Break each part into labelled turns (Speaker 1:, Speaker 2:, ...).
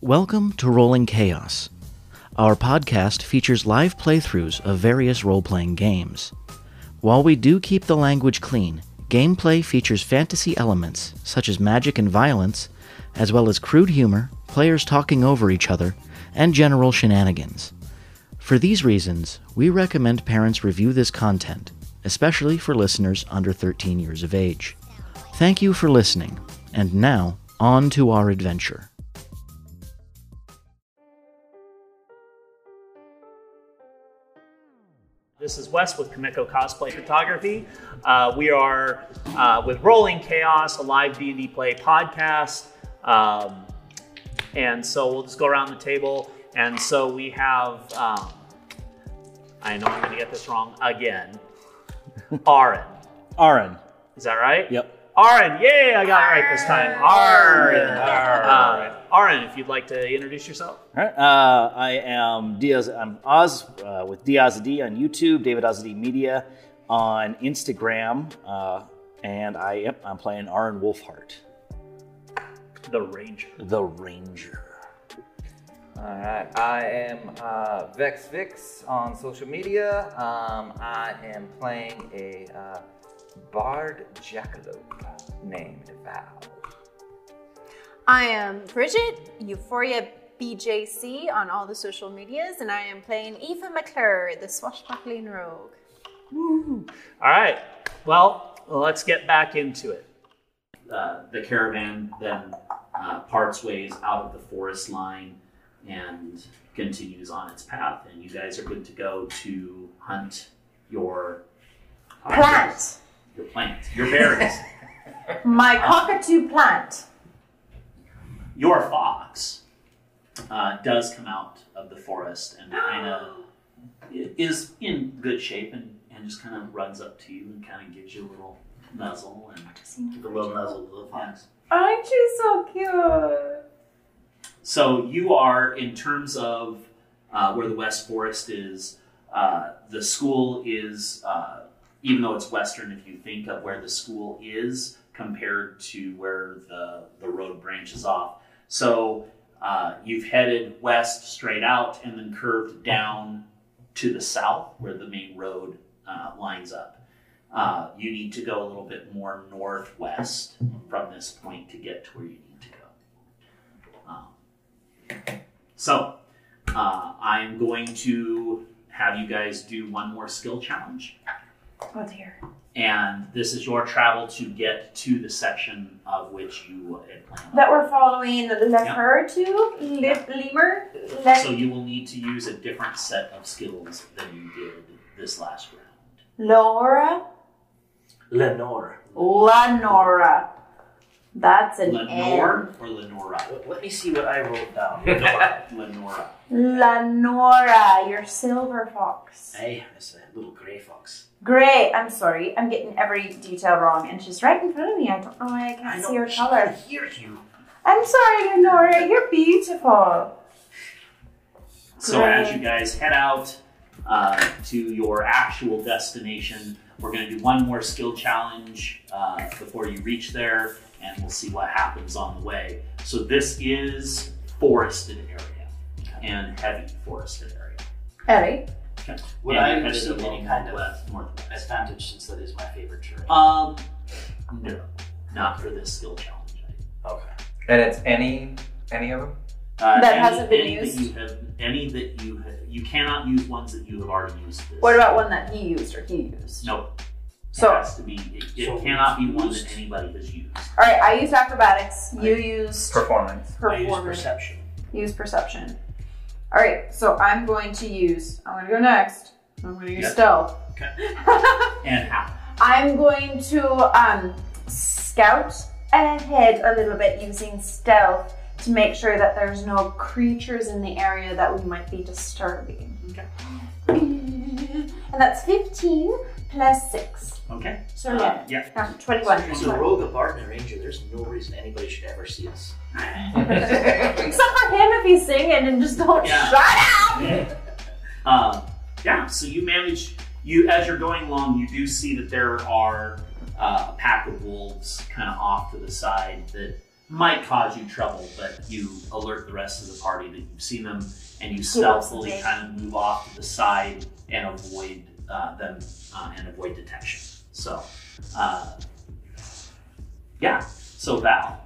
Speaker 1: Welcome to Rolling Chaos. Our podcast features live playthroughs of various role playing games. While we do keep the language clean, gameplay features fantasy elements such as magic and violence, as well as crude humor, players talking over each other, and general shenanigans. For these reasons, we recommend parents review this content, especially for listeners under 13 years of age. Thank you for listening, and now, on to our adventure.
Speaker 2: This is Wes with Comeco Cosplay Photography. Uh, we are uh, with Rolling Chaos, a live D&D play podcast. Um, and so we'll just go around the table. And so we have, um, I know I'm going to get this wrong again, Aaron.
Speaker 3: Aaron.
Speaker 2: Is that right?
Speaker 3: Yep.
Speaker 2: Aaron, yay, I got it right this time. Aaron. Uh, Aaron, if you'd like to introduce yourself.
Speaker 3: All right. Uh, I am Diaz. I'm Oz uh, with Diazadi on YouTube, David Ozadi Media on Instagram, uh, and I yep, I'm playing Aaron Wolfhart,
Speaker 2: The Ranger.
Speaker 3: the Ranger.
Speaker 4: All right. I am uh, Vex Vix on social media. Um, I am playing a uh, Bard Jackalope named Val.
Speaker 5: I am Bridget, Euphoria BJC on all the social medias, and I am playing Eva McClure, the swashbuckling rogue.
Speaker 2: All right. Well, let's get back into it.
Speaker 6: uh, the caravan then uh, parts ways out of the forest line and continues on its path. And you guys are good to go to hunt your
Speaker 7: Plant.
Speaker 6: your plant, your berries,
Speaker 7: My cockatoo plant.
Speaker 6: your fox. Uh, does come out of the forest and kind of is in good shape and, and just kind of runs up to you and kind of gives you a little nuzzle and a little nuzzle to the fox.
Speaker 7: Aren't you so cute?
Speaker 6: So you are, in terms of uh, where the West Forest is, uh, the school is, uh, even though it's Western, if you think of where the school is compared to where the, the road branches off. So uh, you've headed west straight out and then curved down to the south where the main road uh, lines up. Uh, you need to go a little bit more northwest from this point to get to where you need to go. Um, so, uh, I am going to have you guys do one more skill challenge.
Speaker 7: Oh dear.
Speaker 6: And this is your travel to get to the section of which you had planned.
Speaker 7: That we're following the
Speaker 6: Yeah.
Speaker 7: leper to lip lemur.
Speaker 6: So,
Speaker 7: Le-
Speaker 6: you will need to use a different set of skills than you did this last round.
Speaker 7: Laura
Speaker 6: Lenore.
Speaker 7: Lanora. That's an
Speaker 6: Lenore or Lenora?
Speaker 3: Let me see what I wrote down.
Speaker 6: Lenora. Lenora.
Speaker 7: N. Lanora, your silver fox.
Speaker 3: hey, it's a little gray fox.
Speaker 7: Gray. I'm sorry. I'm getting every detail wrong, and she's right in front of me. I don't know why I can't see her color.
Speaker 3: hear you.
Speaker 7: I'm sorry, Lenora. You're beautiful.
Speaker 6: So as you guys head out uh, to your actual destination, we're going to do one more skill challenge uh, before you reach there, and we'll see what happens on the way. So this is forested area and heavy forested area.
Speaker 7: Ellie.
Speaker 6: Okay.
Speaker 8: Would
Speaker 6: And
Speaker 8: I
Speaker 6: you're headed
Speaker 8: receive
Speaker 6: along
Speaker 8: any kind of-
Speaker 6: northwest- northwest.
Speaker 8: advantage since that is my favorite terrain.
Speaker 6: Um, no, not for this skill challenge.
Speaker 8: okay.
Speaker 4: And it's any any of them.
Speaker 6: Uh,
Speaker 7: That
Speaker 6: any-
Speaker 7: hasn't been
Speaker 6: any that
Speaker 7: used?
Speaker 6: you have- any that you have, you cannot use ones that you have already used. This.
Speaker 7: What about one that he used or he used?
Speaker 6: No,
Speaker 7: So,
Speaker 6: it
Speaker 7: all
Speaker 6: has to be. It, it
Speaker 8: So
Speaker 6: cannot be one that
Speaker 8: used.
Speaker 6: anybody has used.
Speaker 7: right, I used acrobatics. You used
Speaker 4: Performance.
Speaker 8: I use
Speaker 7: performance.
Speaker 8: perception.
Speaker 7: Use perception. All right, so I'm going to use. I'm going to go next. I'm going to use
Speaker 6: Yep.
Speaker 7: stealth.
Speaker 6: Okay. And how?
Speaker 7: I'm going to um, scout ahead a little bit using stealth to make sure that there's no creatures in the area that we might be disturbing.
Speaker 6: Okay.
Speaker 7: And that's 15 plus 6.
Speaker 6: Okay.
Speaker 7: So
Speaker 6: Uh,
Speaker 7: yeah,
Speaker 6: yeah.
Speaker 7: um, 21.
Speaker 8: As a rogue, a bard, and a ranger, there's no reason anybody should ever see us.
Speaker 7: Except for him if he's singing and just don't
Speaker 6: Yeah.
Speaker 7: shut up!
Speaker 6: Um, yeah. So you manage. You as you're going along, you do see that there are uh, a pack of wolves kind of off to the side that might cause you trouble, but you alert the rest of the party that you've seen them, and you stealthily kind of move off to the side and avoid uh, them uh, and avoid detection. So, uh, yeah. So Val,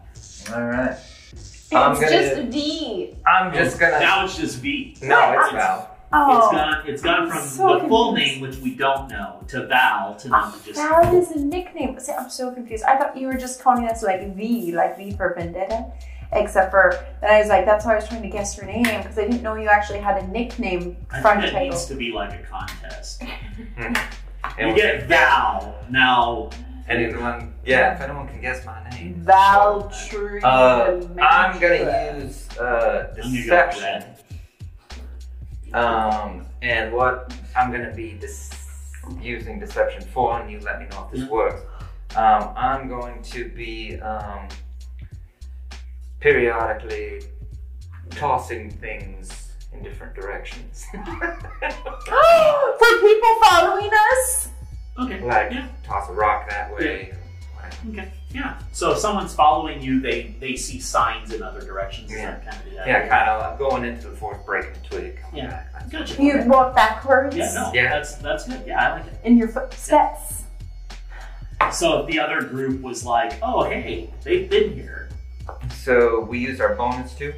Speaker 4: All right.
Speaker 9: It's
Speaker 4: I'm gonna-
Speaker 9: just D.
Speaker 4: I'm just gonna.
Speaker 6: Now it's just V.
Speaker 4: No, it's Val.
Speaker 7: Oh,
Speaker 6: It's gone. It's gone from
Speaker 7: so
Speaker 6: the full
Speaker 7: confused.
Speaker 6: name, which we don't know, to Val to now just
Speaker 7: Val is a nickname. See, I'm so confused. I thought you were just calling us like V, like V for Vendetta. Except for that, I was like, that's why I was trying to guess your name because I didn't know you actually had a nickname
Speaker 6: I
Speaker 7: front
Speaker 6: think that
Speaker 7: title.
Speaker 6: needs to be like a contest.
Speaker 4: And
Speaker 6: You
Speaker 4: we'll
Speaker 6: get Val now.
Speaker 4: Anyone? Yeah, if anyone can guess my name.
Speaker 7: Valtry.
Speaker 4: Uh, I'm gonna use uh,
Speaker 6: I'm gonna go
Speaker 4: deception. Um, and what I'm gonna be dec- using deception for, and you let me know if this works. Um, I'm going to be um, periodically tossing things in different directions,
Speaker 7: For people following us?
Speaker 6: Okay.
Speaker 4: like
Speaker 6: Yeah.
Speaker 4: toss a rock that way. whatever.
Speaker 6: Okay. Yeah. So if someone's following you, they they see signs in other directions. and
Speaker 4: Yeah.
Speaker 6: Kind of do that.
Speaker 4: Yeah, kind of like going into the forest, breaking a twig. coming
Speaker 6: Yeah.
Speaker 4: back, that sort of
Speaker 6: Gotcha.
Speaker 4: thing.
Speaker 7: You'd walk backwards
Speaker 6: Yeah. No.
Speaker 4: Yeah.
Speaker 6: That's that's good. Yeah, I like it.
Speaker 7: in your footsteps.
Speaker 6: So if the other group was like, "Oh, hey, they've been here,"
Speaker 4: So we use our bonus too.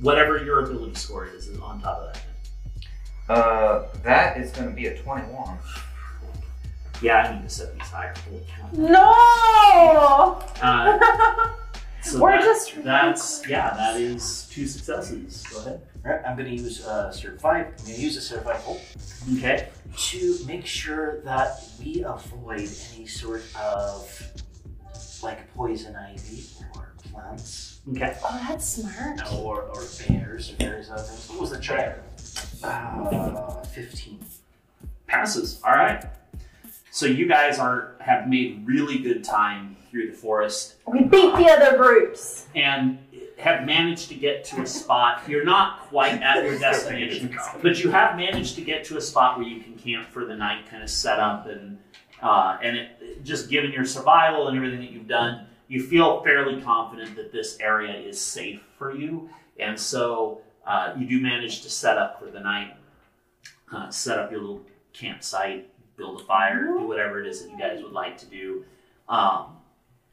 Speaker 6: whatever your ability score is, is on top of that.
Speaker 4: Uh, that is going to be a 21.
Speaker 6: Yeah, I need to set these higher. Holy cow.
Speaker 7: No!
Speaker 6: Uh, so
Speaker 7: We're
Speaker 6: that-
Speaker 7: just-
Speaker 6: that's yeah, that is two successes. Go ahead.
Speaker 1: Alright, I'm gonna use uh, survive. I'm gonna use a survival
Speaker 6: Okay.
Speaker 1: to make sure that we avoid any sort of like poison ivy or plants
Speaker 6: Okay.
Speaker 7: Oh, that's smart.
Speaker 1: or, or bears or various other things. What was the check? Uh, fifteen.
Speaker 6: passes. All right. So you guys are have made really good time through the forest
Speaker 7: We beat the other groups.
Speaker 6: and have managed to get to a spot. You're not quite at your destination, but you have managed to get to a spot where you can camp for the night, kind of set up and uh, and it, just given your survival and everything that you've done, you feel fairly confident that this area is safe for you, and so uh, you do manage to set up for the night, uh, set up your little campsite, build a fire, do whatever it is that you guys would like to do. Um,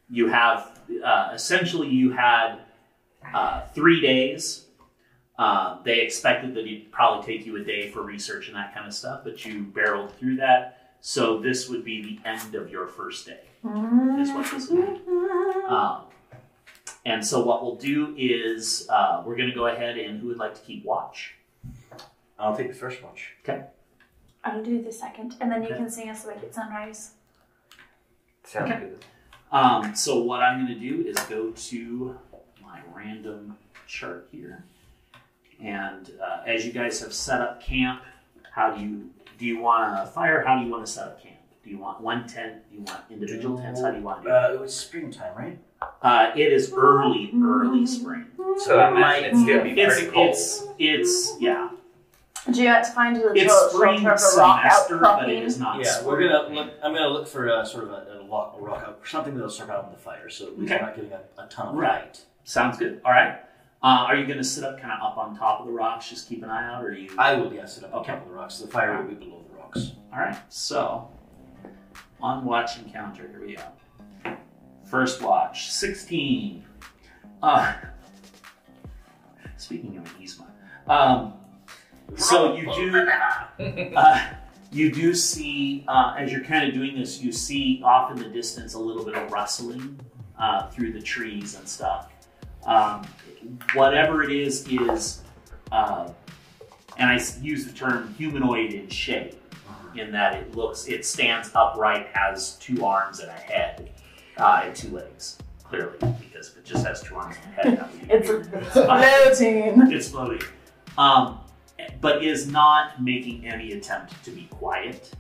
Speaker 6: you have uh, essentially you had uh, three days. Uh, they expected that it'd probably take you a day for research and that kind of stuff, but you barreled through that. So this would be the end of your first day, is what this is. Um, and so what we'll do is uh, we're going to go ahead and who would like to keep watch?
Speaker 3: I'll take the first watch.
Speaker 7: I'll do the second, and then you can sing us like at sunrise.
Speaker 4: Sounds good.
Speaker 6: Um, so what I'm going to do is go to my random chart here, and uh, as you guys have set up camp, how do you do? You want a fire? How do you want to set up camp? Do you want one tent? Do you want individual tents? How do you want to do it?
Speaker 1: Uh, it was springtime, right?
Speaker 6: Uh, it is early,
Speaker 7: Mm-hmm.
Speaker 6: early spring.
Speaker 4: So I imagine
Speaker 1: might-
Speaker 4: it's going to be
Speaker 6: It's
Speaker 4: pretty cold.
Speaker 6: it's it's yeah.
Speaker 7: Do you want to find a little
Speaker 6: It's spring
Speaker 7: sort of a rock
Speaker 6: semester, but
Speaker 7: outcropping?
Speaker 6: it is not.
Speaker 1: yeah,
Speaker 6: spring.
Speaker 1: we're gonna look. I'm gonna look for uh, sort of a, a, lock, a rock out, something that'll survive the fire, so we're
Speaker 6: Okay.
Speaker 1: not getting a, a ton of
Speaker 6: Right. Sounds good. All right. Uh, are you going to sit up kind of up on top of the rocks? Just keep an eye out, or are you?
Speaker 1: I will, yeah, sit up on
Speaker 6: Okay.
Speaker 1: top of the rocks. The fire will be below the rocks.
Speaker 6: All right, so on watch encounter, here we go. First watch, 16. Uh, speaking of Yzma, um, so you do, uh, you do see, uh, as you're kind of doing this, you see off in the distance a little bit of rustling uh, through the trees and stuff. Um, whatever it is, is, uh, and I s- use the term humanoid in shape in that it looks it stands upright, has two arms and a head, uh, and two legs. Clearly, because if it just has two arms and a head, that would be
Speaker 7: It's
Speaker 6: weird.
Speaker 7: floating.
Speaker 6: it's floating. Um, but is not making any attempt to be quiet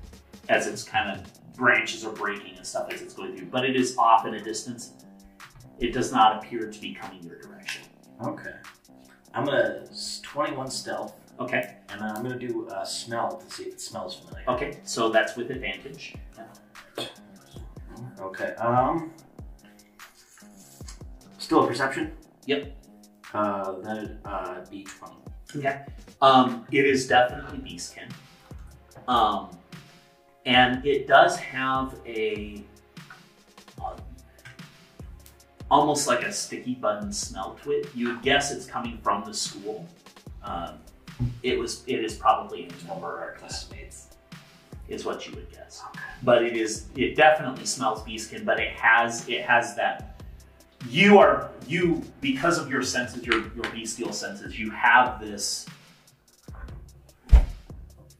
Speaker 6: as its kind of branches are breaking and stuff as it's going through. But it is off in a distance. It does not appear to be coming your direction.
Speaker 1: Okay. I'm gonna it's 21 stealth,
Speaker 6: Okay.
Speaker 1: and then I'm gonna do uh, smell to see if it smells familiar.
Speaker 6: Okay. So that's with advantage.
Speaker 1: Okay. Um.
Speaker 10: Still a perception?
Speaker 6: Yep.
Speaker 10: Uh, that'd uh, be 20.
Speaker 6: Um, it is definitely beast skin. Um, and it does have a um, almost like a sticky bun smell to it. You would guess it's coming from the school. Um, it was. It is probably in one of our classmates. Is what you would guess. But it is. It definitely smells beast skin. But it has. It has that. You are you because of your senses, your your bestial senses. You have this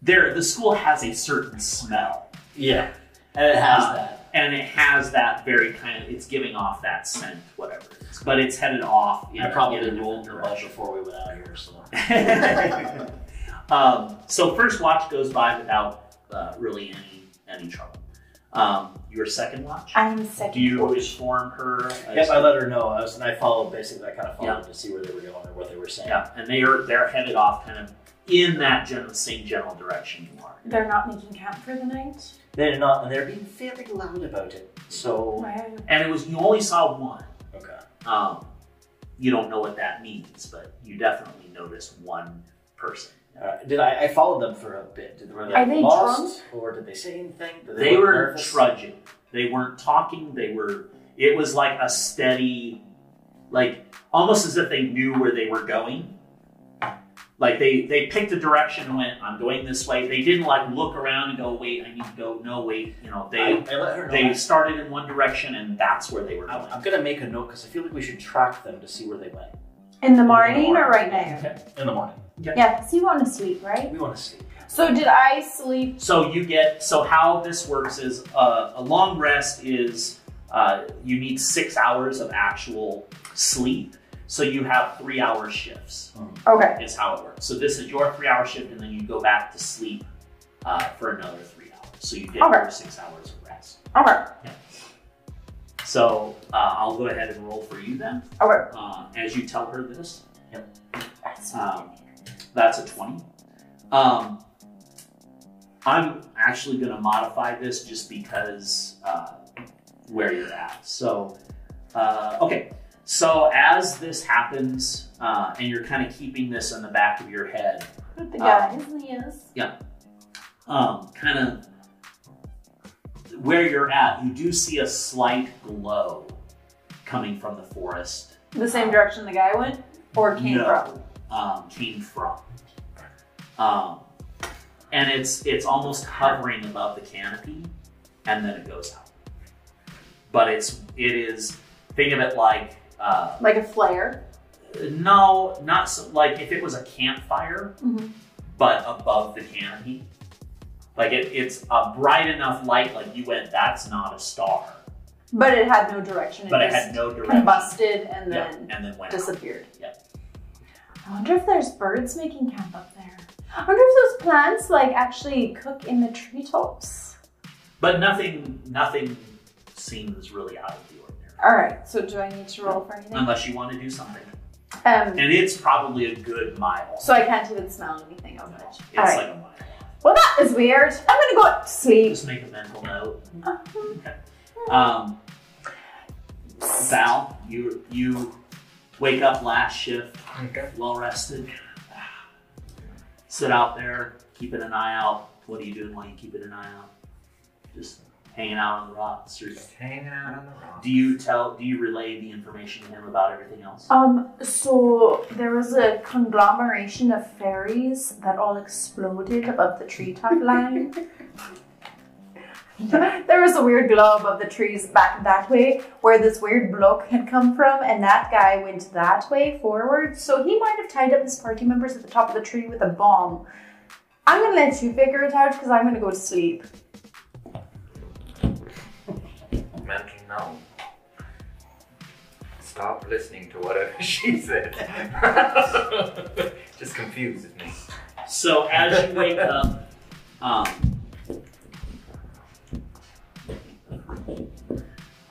Speaker 6: there the school has a certain smell
Speaker 3: Yeah, and it has
Speaker 6: Uh,
Speaker 3: that.
Speaker 6: and it has that very kind of it's giving off that scent whatever it is but it's headed off in
Speaker 3: I
Speaker 6: a-
Speaker 3: probably
Speaker 6: in a
Speaker 3: rolled the
Speaker 6: different
Speaker 3: bunch before we went out here, so
Speaker 6: direction. um, so first watch goes by without uh, really any any trouble um, your second watch
Speaker 7: I'm second.
Speaker 6: do you inform her
Speaker 3: Yep, I let her know. I was, and I followed basically. I kind of followed
Speaker 6: Yeah.
Speaker 3: to see where they were going or what they were saying.
Speaker 6: yeah and they are they're headed off kind of in that general same general direction you are
Speaker 7: They're not making camp for the night.
Speaker 3: They did not, and they're being very loud about it. So
Speaker 7: Why are you?
Speaker 6: and it was you only saw one
Speaker 3: okay,
Speaker 6: Um, you don't know what that means, but you definitely notice one person.
Speaker 3: All right. Uh, did I? I followed them for a bit. Did were they,
Speaker 7: Are they
Speaker 3: lost or did they say anything? Did
Speaker 6: They
Speaker 3: look
Speaker 6: were
Speaker 3: nervous?
Speaker 6: trudging. They weren't talking. They were. It was like a steady, like almost as if they knew where they were going. Like they they picked a direction and went, "I'm going this way." They didn't like look around and go, "Wait, I need to go." No, wait. You know,
Speaker 3: I,
Speaker 6: they
Speaker 3: I let her know.
Speaker 6: they
Speaker 3: I-
Speaker 6: started in one direction and that's where they were
Speaker 3: I'm,
Speaker 6: going.
Speaker 3: I'm gonna make a note because I feel like we should track them to see where they went
Speaker 7: In the morning or right now?
Speaker 3: Okay. in the morning.
Speaker 7: Yeah, because you want to sleep, right?
Speaker 3: We want to see.
Speaker 7: So did I sleep?
Speaker 6: So you get so how this works is uh, a long rest is uh, you need six hours of actual sleep. So you have three hour shifts
Speaker 7: Okay.
Speaker 6: is how it works. So this is your three hour shift, and then you go back to sleep uh, for another three hours. So you get your
Speaker 7: Okay.
Speaker 6: six hours of rest.
Speaker 7: Okay.
Speaker 6: So uh, I'll go ahead and roll for you then.
Speaker 7: Okay.
Speaker 6: Uh, as you tell her this,
Speaker 7: That's-
Speaker 6: Um, that's a 20. Um, I'm actually going to modify this just because uh, where you're at. So, uh, okay. So, as this happens, uh, and you're kind of keeping this in the back of your head,
Speaker 7: With the
Speaker 6: Uh,
Speaker 7: guys, yes.
Speaker 6: um, kind of where you're at, you do see a slight glow coming from the forest
Speaker 7: The same direction the guy went, or came
Speaker 6: no,
Speaker 7: from.
Speaker 6: Um, came from. Um, and it's it's almost hovering above the canopy, and then it goes out. But it's it is think of it like uh,
Speaker 7: Like a flare.
Speaker 6: no, not so, like if it was a campfire,
Speaker 7: Mhm.
Speaker 6: but above the canopy. Like it, it's a bright enough light, like you went, that's not a star,
Speaker 7: But it had no direction. It
Speaker 6: but it
Speaker 7: just
Speaker 6: had no direction.
Speaker 7: combusted and
Speaker 6: Yeah,
Speaker 7: then
Speaker 6: and then went out.
Speaker 7: disappeared.
Speaker 6: Yeah.
Speaker 7: I wonder if there's birds making camp up there. I wonder if those plants like actually cook in the treetops.
Speaker 6: But nothing, nothing seems really out of the ordinary.
Speaker 7: All right. So do I need to roll for anything?
Speaker 6: unless you want to do something.
Speaker 7: Um.
Speaker 6: And it's probably a good mile.
Speaker 7: So I can't even smell anything of
Speaker 6: No,
Speaker 7: it.
Speaker 6: it's
Speaker 7: All right.
Speaker 6: like a mile.
Speaker 7: Well, that is weird. I'm gonna go up to sleep.
Speaker 6: Just make a mental note. Okay. Um, Val, you you wake up last shift,
Speaker 4: Okay.
Speaker 6: well rested. Sit out there, keeping an eye out. What are you doing while you keeping an eye out? Just hanging out on the rocks. Or
Speaker 4: Just hanging out on the rock.
Speaker 6: do you tell? Do you relay the information to him about everything else?
Speaker 7: Um, so there was a conglomeration of fairies that all exploded above the treetop line. there was a weird glow above the trees back that way where this weird bloke had come from, and that guy went that way forward. So he might have tied up his party members at the top of the tree with a bomb. I'm gonna let you figure it out because I'm gonna go to sleep.
Speaker 4: Mental no. Stop listening to whatever she said. Just confuses me.
Speaker 6: So as you wake up, um,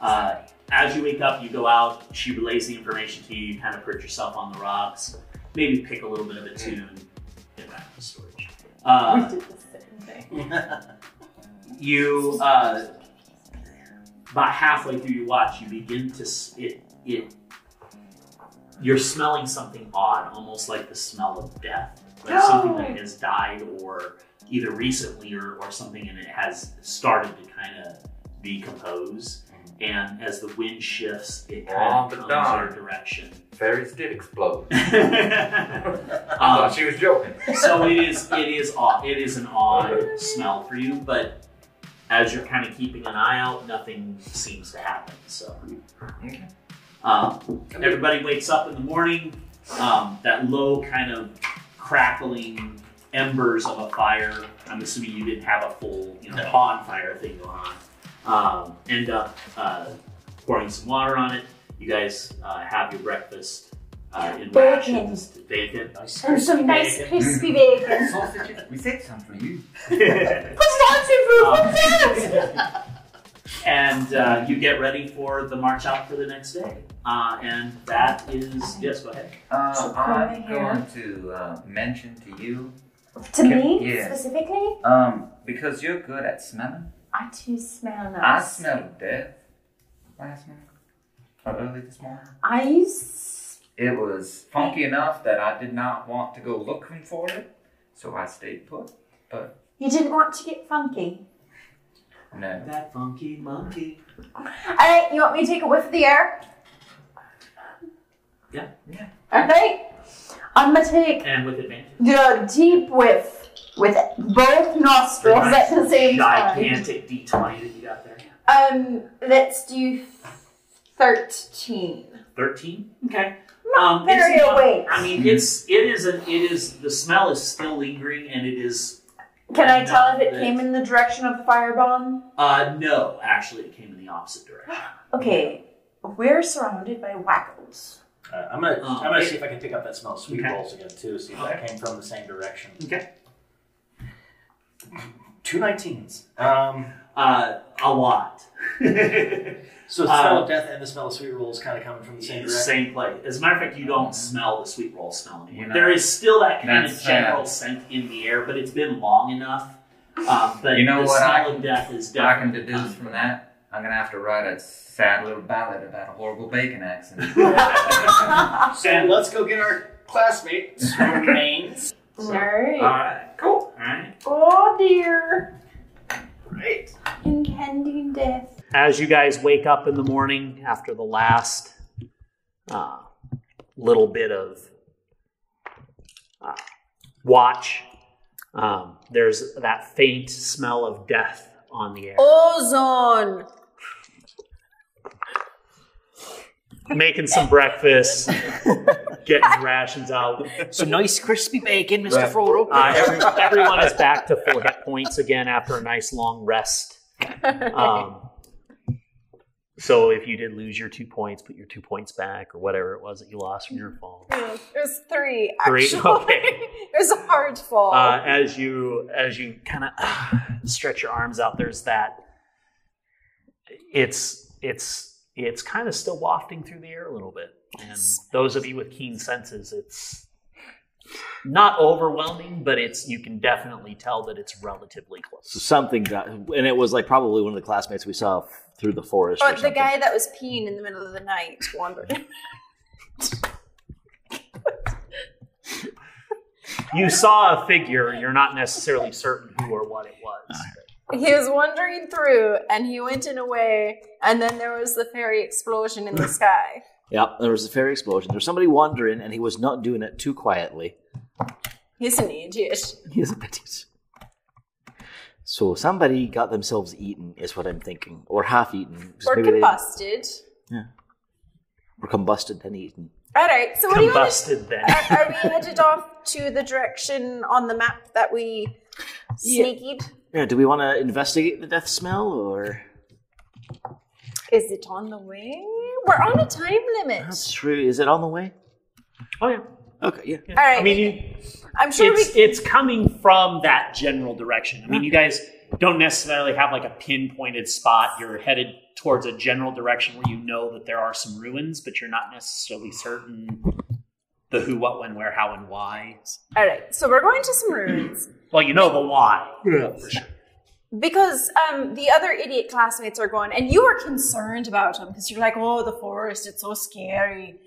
Speaker 6: uh, as you wake up, you go out. She relays the information to you. You kind of perch yourself on the rocks. Maybe pick a little bit of a tune. Get back to storage. Uh,
Speaker 7: we did the same thing.
Speaker 6: you uh, about halfway through your watch, you begin to s- it it you're smelling something odd, almost like the smell of death, like something that has died or either recently or, or something, and it has started to kind of decompose. And as the wind shifts, it
Speaker 4: Oh,
Speaker 6: kind
Speaker 4: the
Speaker 6: of comes
Speaker 4: darn.
Speaker 6: your direction.
Speaker 4: Fairies did explode. I
Speaker 6: Um,
Speaker 4: thought she was joking.
Speaker 6: so it is it is odd it is an odd smell for you, but as you're kind of keeping an eye out, nothing seems to happen. So
Speaker 4: Okay.
Speaker 6: uh, everybody wakes up in the morning. Um, that low kind of crackling embers of a fire. I'm assuming you didn't have a full you know bonfire thing going on. Um, end up uh, pouring some water on it. You guys uh, have your breakfast uh, in
Speaker 11: Bacon.
Speaker 6: rations, bacon.
Speaker 11: And some nice crispy bacon.
Speaker 4: Sausages. We said some for you.
Speaker 6: Oh.
Speaker 11: Wisconsin
Speaker 6: and uh, you get ready for the march out for the next day. Uh, and that is yes, go ahead.
Speaker 4: Uh, I'm
Speaker 11: curly hair.
Speaker 4: going to uh, mention to you,
Speaker 11: food! To me,
Speaker 4: Yeah.
Speaker 11: specifically,
Speaker 4: um, because you're good at smelling.
Speaker 11: I do smell
Speaker 4: I
Speaker 11: nice.
Speaker 4: smelled death last night or early this morning.
Speaker 11: I s-
Speaker 4: It was funky enough that I did not want to go looking for it, so I stayed put. But
Speaker 11: You didn't want to get funky.
Speaker 4: no,
Speaker 6: That funky monkey.
Speaker 11: Alright, you want me to take a whiff of the air?
Speaker 6: Yeah.
Speaker 4: Yeah.
Speaker 11: Alright. I'm gonna take
Speaker 6: And with advantage,
Speaker 11: the deep whiff with both nostrils at the same time.
Speaker 6: gigantic D twenty that you got there.
Speaker 11: Um, let's do 13.
Speaker 6: Thirteen. Okay.
Speaker 11: Not
Speaker 6: it's
Speaker 11: very
Speaker 6: not-
Speaker 11: awake.
Speaker 6: I mean, it's it is an it is the smell is still lingering, and it is
Speaker 11: Can I tell if it
Speaker 6: Yeah.
Speaker 11: came in the direction of the firebomb?
Speaker 6: uh no, actually, it came in the opposite direction.
Speaker 11: Okay, we're surrounded by wackos.
Speaker 3: Uh, I'm gonna
Speaker 6: Um,
Speaker 3: I'm gonna
Speaker 6: it-
Speaker 3: see if I can pick up that smell of sweet
Speaker 6: Okay.
Speaker 3: rolls again too. See if that came from the same direction.
Speaker 6: Okay.
Speaker 3: Two 19s. Um,
Speaker 6: Uh, a lot.
Speaker 3: so the smell
Speaker 6: Uh,
Speaker 3: of death and the smell of sweet rolls kind of coming from the same
Speaker 6: same,
Speaker 3: direction.
Speaker 6: same place. As a matter of fact, you don't smell the sweet roll smell anymore.
Speaker 4: You know.
Speaker 6: there is still that kind
Speaker 4: That's
Speaker 6: of general scent in the air, but it's been long enough. Um, but
Speaker 4: You know
Speaker 6: the
Speaker 4: what
Speaker 6: smell
Speaker 4: I-
Speaker 6: of death is
Speaker 4: I can
Speaker 6: definitely
Speaker 4: deduce
Speaker 6: not-
Speaker 4: from that. I'm gonna have to write a sad little ballad about a horrible bacon accident.
Speaker 3: And let's go get our classmates from Maine.
Speaker 6: All
Speaker 12: Ah.
Speaker 11: Alright.
Speaker 6: right, cool. All right.
Speaker 11: Oh dear. Right. Impending death.
Speaker 12: as you guys wake up in the morning after the last uh, little bit of uh, watch, um, there's that faint smell of death on the air.
Speaker 7: Ozone.
Speaker 12: Making some breakfast, getting rations out.
Speaker 13: So nice crispy bacon, Mr.
Speaker 4: Right.
Speaker 13: Frodo.
Speaker 12: Uh, every, everyone is back to full hit points again after a nice long rest. Um, so if you did lose your two points, put your two points back or whatever it was that you lost from your fall.
Speaker 7: It was three.
Speaker 12: Three,
Speaker 7: Actually.
Speaker 12: okay.
Speaker 7: it was a hard fall.
Speaker 12: uh, as you as you kind of stretch your arms out there's that it's it's it's kind of still wafting through the air a little bit and those of you with keen senses it's not overwhelming but it's you can definitely tell that it's relatively
Speaker 1: So
Speaker 12: close
Speaker 1: something got, and it was like probably one of the classmates we saw f- through the forest.
Speaker 7: or
Speaker 1: Or,
Speaker 7: the
Speaker 1: something.
Speaker 7: guy that was peeing in the middle of the night wandered.
Speaker 12: you saw a figure you're not necessarily certain who or what it was
Speaker 7: he was wandering through and he went in a way, and then there was the fairy explosion in the sky.
Speaker 1: Yep, there was a fairy explosion. There was somebody wandering, and he was not doing it too quietly.
Speaker 7: He's an idiot.
Speaker 1: He's a bit. So somebody got themselves eaten, is what I'm thinking, or half eaten, 'cause
Speaker 7: Or
Speaker 1: maybe they-
Speaker 7: combusted.
Speaker 1: or combusted and eaten.
Speaker 7: All right, so what do you want to
Speaker 12: combusted then
Speaker 7: are, are we headed off to the direction on the map that we sneakied?
Speaker 1: Yeah, do we want to investigate the death smell, or
Speaker 7: Is it on the way? We're on a time limit.
Speaker 1: that's true? Is it on the way?
Speaker 12: oh yeah
Speaker 1: Okay, yeah.
Speaker 7: All right.
Speaker 12: i mean you
Speaker 7: I'm sure we
Speaker 12: it's it's coming from that general direction. I mean, you guys don't necessarily have like a pinpointed spot. You're headed towards a general direction where you know that there are some ruins, but you're not necessarily certain the who, what, when, where, how, and why.
Speaker 7: All right, so we're going to some ruins
Speaker 12: Well, you know the why.
Speaker 7: because um, the other idiot classmates are gone, and you were concerned about them because you're like, "Oh, the forest, it's so scary."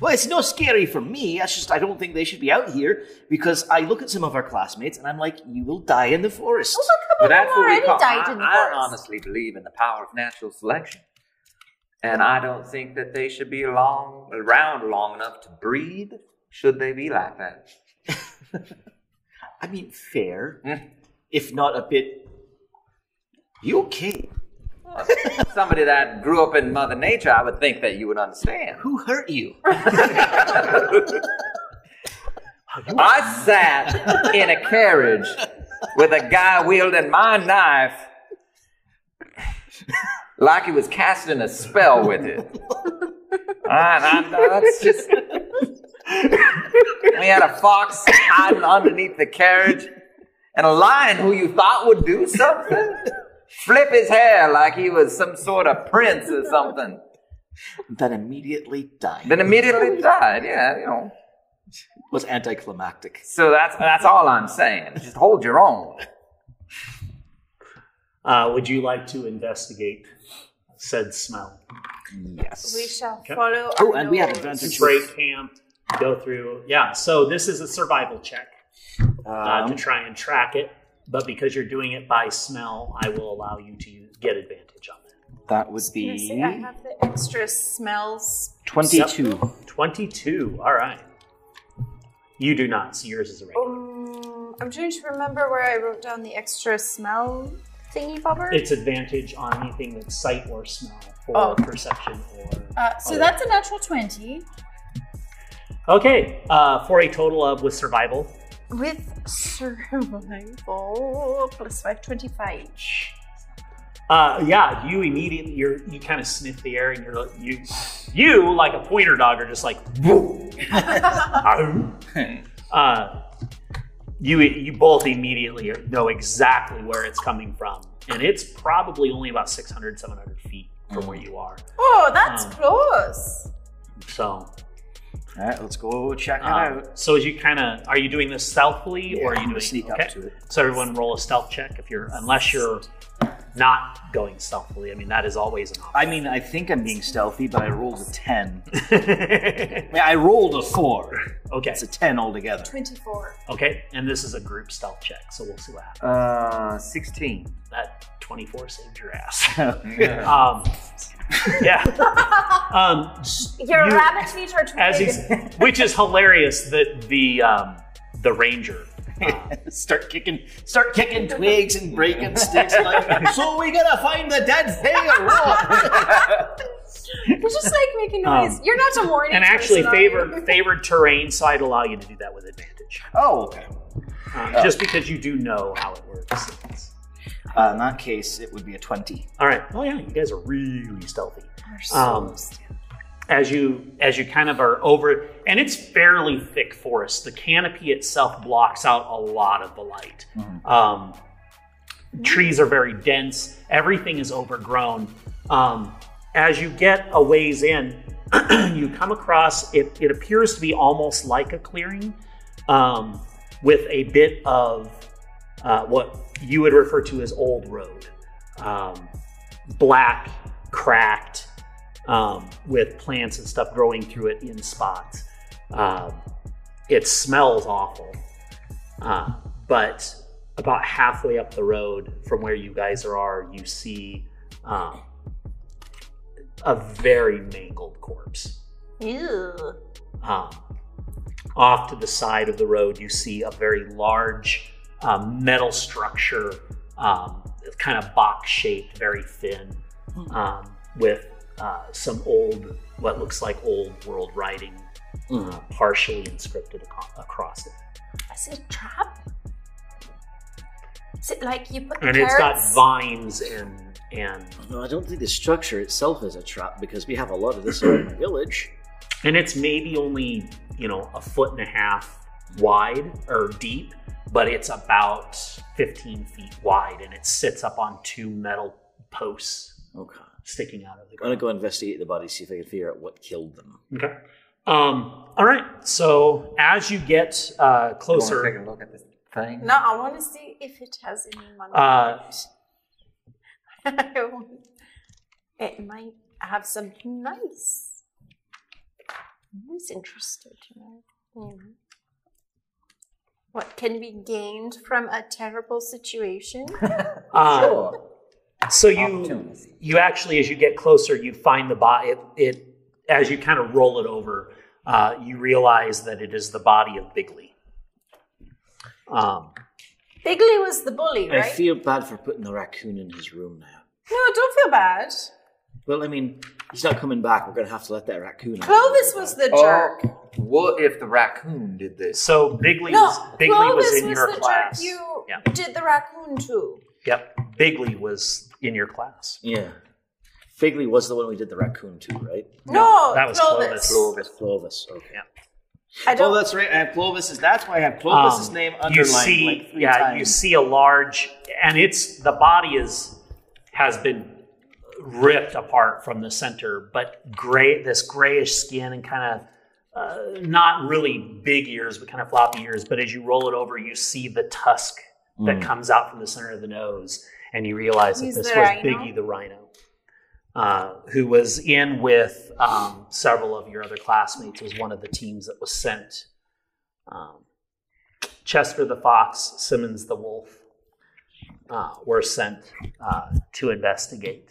Speaker 3: Well, it's no scary for me. It's just I don't think they should be out here because I look at some of our classmates and I'm like, you will die in the forest.
Speaker 7: Oh,
Speaker 4: But
Speaker 7: but come on,
Speaker 4: that's
Speaker 7: we've
Speaker 4: what we
Speaker 7: already
Speaker 4: call-
Speaker 7: died
Speaker 4: I,
Speaker 7: in the
Speaker 4: I
Speaker 7: forest.
Speaker 4: honestly believe in the power of natural selection, and I don't think that they should be long around long enough to breed. Should they be like that?
Speaker 3: I mean, fair,
Speaker 7: Mm.
Speaker 4: Hmm.
Speaker 3: if not a bit. You okay?
Speaker 4: Somebody that grew up in Mother Nature, I would think that you would understand.
Speaker 3: Who hurt you?
Speaker 4: I sat in a carriage with a guy wielding my knife like he was casting a spell with it. And I, that's just. We had a fox hiding underneath the carriage, and a lion who you thought would do something flip his hair like he was some sort of prince or something.
Speaker 3: Then immediately died.
Speaker 4: Then immediately died. Yeah, you know.
Speaker 3: was anticlimactic.
Speaker 4: So that's that's all I'm saying. Just hold your own.
Speaker 6: Uh, would you like to investigate said smell?
Speaker 4: Yes.
Speaker 7: We shall
Speaker 6: Okay.
Speaker 7: follow.
Speaker 3: Oh,
Speaker 7: our
Speaker 3: and we have
Speaker 7: nose.
Speaker 3: advantage.
Speaker 6: Break camp, go through. Yeah, so this is a survival check uh, to
Speaker 3: Um,
Speaker 6: try and track it, but because you're doing it by smell, I will allow you to use- get advantage on that.
Speaker 3: that would
Speaker 7: I was gonna say, I
Speaker 3: be
Speaker 7: have the extra smells.
Speaker 3: 22.
Speaker 6: 22. All right. You do not, so yours is a
Speaker 14: Oh.
Speaker 6: regular.
Speaker 7: Um, I'm trying to remember where I wrote down the extra smell thingy bobber.
Speaker 6: It's advantage on anything that's sight or smell or
Speaker 7: Oh.
Speaker 6: perception or.
Speaker 14: Uh, so
Speaker 6: Oh.
Speaker 14: that's a natural 20.
Speaker 6: Okay, uh, for a total of with survival.
Speaker 7: With survival plus 525.
Speaker 6: Uh, yeah, you immediately you're, you kind of sniff the air and you're like- you you like a pointer dog are just like "Whoa." Ow. uh, you you both immediately know exactly where it's coming from and it's probably only about 600 700 feet from where you are
Speaker 7: Oh, that's
Speaker 6: Um,
Speaker 7: close.
Speaker 6: so
Speaker 3: All right, let's go check it
Speaker 6: uh,
Speaker 3: out.
Speaker 6: so as you kind of are you doing this stealthily or are you
Speaker 3: I'm
Speaker 6: doing
Speaker 3: gonna sneak
Speaker 6: okay.
Speaker 3: up to it?
Speaker 6: So everyone roll a stealth check if you're unless you're not going stealthily. I mean that is always an option.
Speaker 3: I mean, I think I'm being stealthy, but I rolled a 10. I
Speaker 6: okay.
Speaker 3: mean, I rolled a 4. It's a 10 altogether.
Speaker 7: 24.
Speaker 6: Okay. And this is a group stealth check, so we'll see what happens.
Speaker 4: Uh, 16.
Speaker 6: That 24 saved your ass. um, yeah. Um, s-
Speaker 7: Your
Speaker 6: you-
Speaker 7: rabbit feet are too
Speaker 6: as
Speaker 7: big.
Speaker 6: he's, which is hilarious that the um, the ranger. uh,
Speaker 3: start kicking, start kicking twigs and breaking sticks. Like, so we gotta find the dead thing or what?
Speaker 7: You're just like making noise.
Speaker 6: Um,
Speaker 7: You're not a warning.
Speaker 6: and actually,
Speaker 7: person, are you?
Speaker 6: favored favored terrain, so I'd allow you to do that with advantage,
Speaker 3: oh, okay.
Speaker 6: um,
Speaker 3: Oh.
Speaker 6: just because you do know how it works. It's-
Speaker 3: Uh, in that case, it would be a 20.
Speaker 6: All right. Oh yeah, you guys are really stealthy.
Speaker 7: You're
Speaker 6: Um,
Speaker 7: so
Speaker 6: As you as you kind of are over, and it's fairly thick forest. The canopy itself blocks out a lot of the light.
Speaker 3: Mm-hmm.
Speaker 6: Um, trees are very dense. Everything is overgrown. Um, as you get a ways in, you come across it. It appears to be almost like a clearing, um, with a bit of uh, what you would refer to as old road. Um, black, cracked, um, with plants and stuff growing through it in spots. Um, it smells awful. Uh, but about halfway up the road from where you guys are, you see um, a very mangled corpse.
Speaker 7: Ew.
Speaker 6: Um, off to the side of the road, you see a very large um, metal structure, um, kind of box shaped, very thin, um, with uh, some old, what looks like old world writing uh, partially inscripted aco- across it.
Speaker 7: Is it a trap? Is it like you put the
Speaker 6: And it's got
Speaker 7: carrots-
Speaker 6: vines and, and
Speaker 8: No, I don't think the structure itself is a trap because we have a lot of this around the village.
Speaker 6: and it's maybe only you know a foot and a half wide or deep but it's about 15 feet wide and it sits up on two metal posts
Speaker 8: Okay.
Speaker 6: sticking out of the
Speaker 8: I'm gonna
Speaker 6: ground
Speaker 8: go investigate the body, see if I can figure out what killed them.
Speaker 6: okay um all right so as you get uh
Speaker 3: Oh,
Speaker 4: You wanna
Speaker 6: closer
Speaker 4: Take a look at this thing.
Speaker 7: No, I want to see if it has any money.
Speaker 6: uh
Speaker 7: it might have something nice. Who's interested in it? Hmm. What can be gained from a terrible situation?
Speaker 6: Uh,
Speaker 4: Sure.
Speaker 6: So you
Speaker 4: Opportunity.
Speaker 6: you actually, as you get closer, you find the body. It, it as you kind of roll it over, uh, you realize that it is the body of Bigley. Um,
Speaker 7: Bigley was the bully,
Speaker 3: I
Speaker 7: right?
Speaker 3: feel bad for putting the raccoon in his room now.
Speaker 7: no, don't feel bad.
Speaker 3: Well, I mean, he's not coming back. We're going to have to let that raccoon out.
Speaker 7: Clovis was the
Speaker 6: Oh,
Speaker 4: Or
Speaker 7: jerk.
Speaker 4: Oh, what if the raccoon did this?
Speaker 6: so Bigley,
Speaker 7: No,
Speaker 6: was Bigley
Speaker 7: Clovis
Speaker 6: was in your
Speaker 7: the
Speaker 6: class.
Speaker 7: jerk you
Speaker 6: Yeah.
Speaker 7: did the raccoon to.
Speaker 6: Yep, Bigley was in your class.
Speaker 3: Yeah. Figley was the one we did the raccoon to, right?
Speaker 7: No,
Speaker 6: that was
Speaker 7: Clovis.
Speaker 6: Clovis.
Speaker 3: Clovis. Okay.
Speaker 7: I
Speaker 3: Oh,
Speaker 7: don't.
Speaker 3: that's right. I have Clovis's. That's why I have Clovis's
Speaker 6: Um,
Speaker 3: name
Speaker 6: you
Speaker 3: underlined
Speaker 6: see,
Speaker 3: like three
Speaker 6: yeah,
Speaker 3: times.
Speaker 6: you see a large, and it's the body is has been ripped apart from the center, but gray, this grayish skin and kind of. Uh, not really big ears, but kind of floppy ears. But as you roll it over, you see the tusk that comes out from the center of the nose, and you realize that
Speaker 7: Mm. He's
Speaker 6: this
Speaker 7: the
Speaker 6: was
Speaker 7: rhino?
Speaker 6: Biggie the Rhino, uh, who was in with um, several of your other classmates. Was one of the teams that was sent. Um, Chester the fox, Simmons the wolf, uh, were sent uh, to investigate.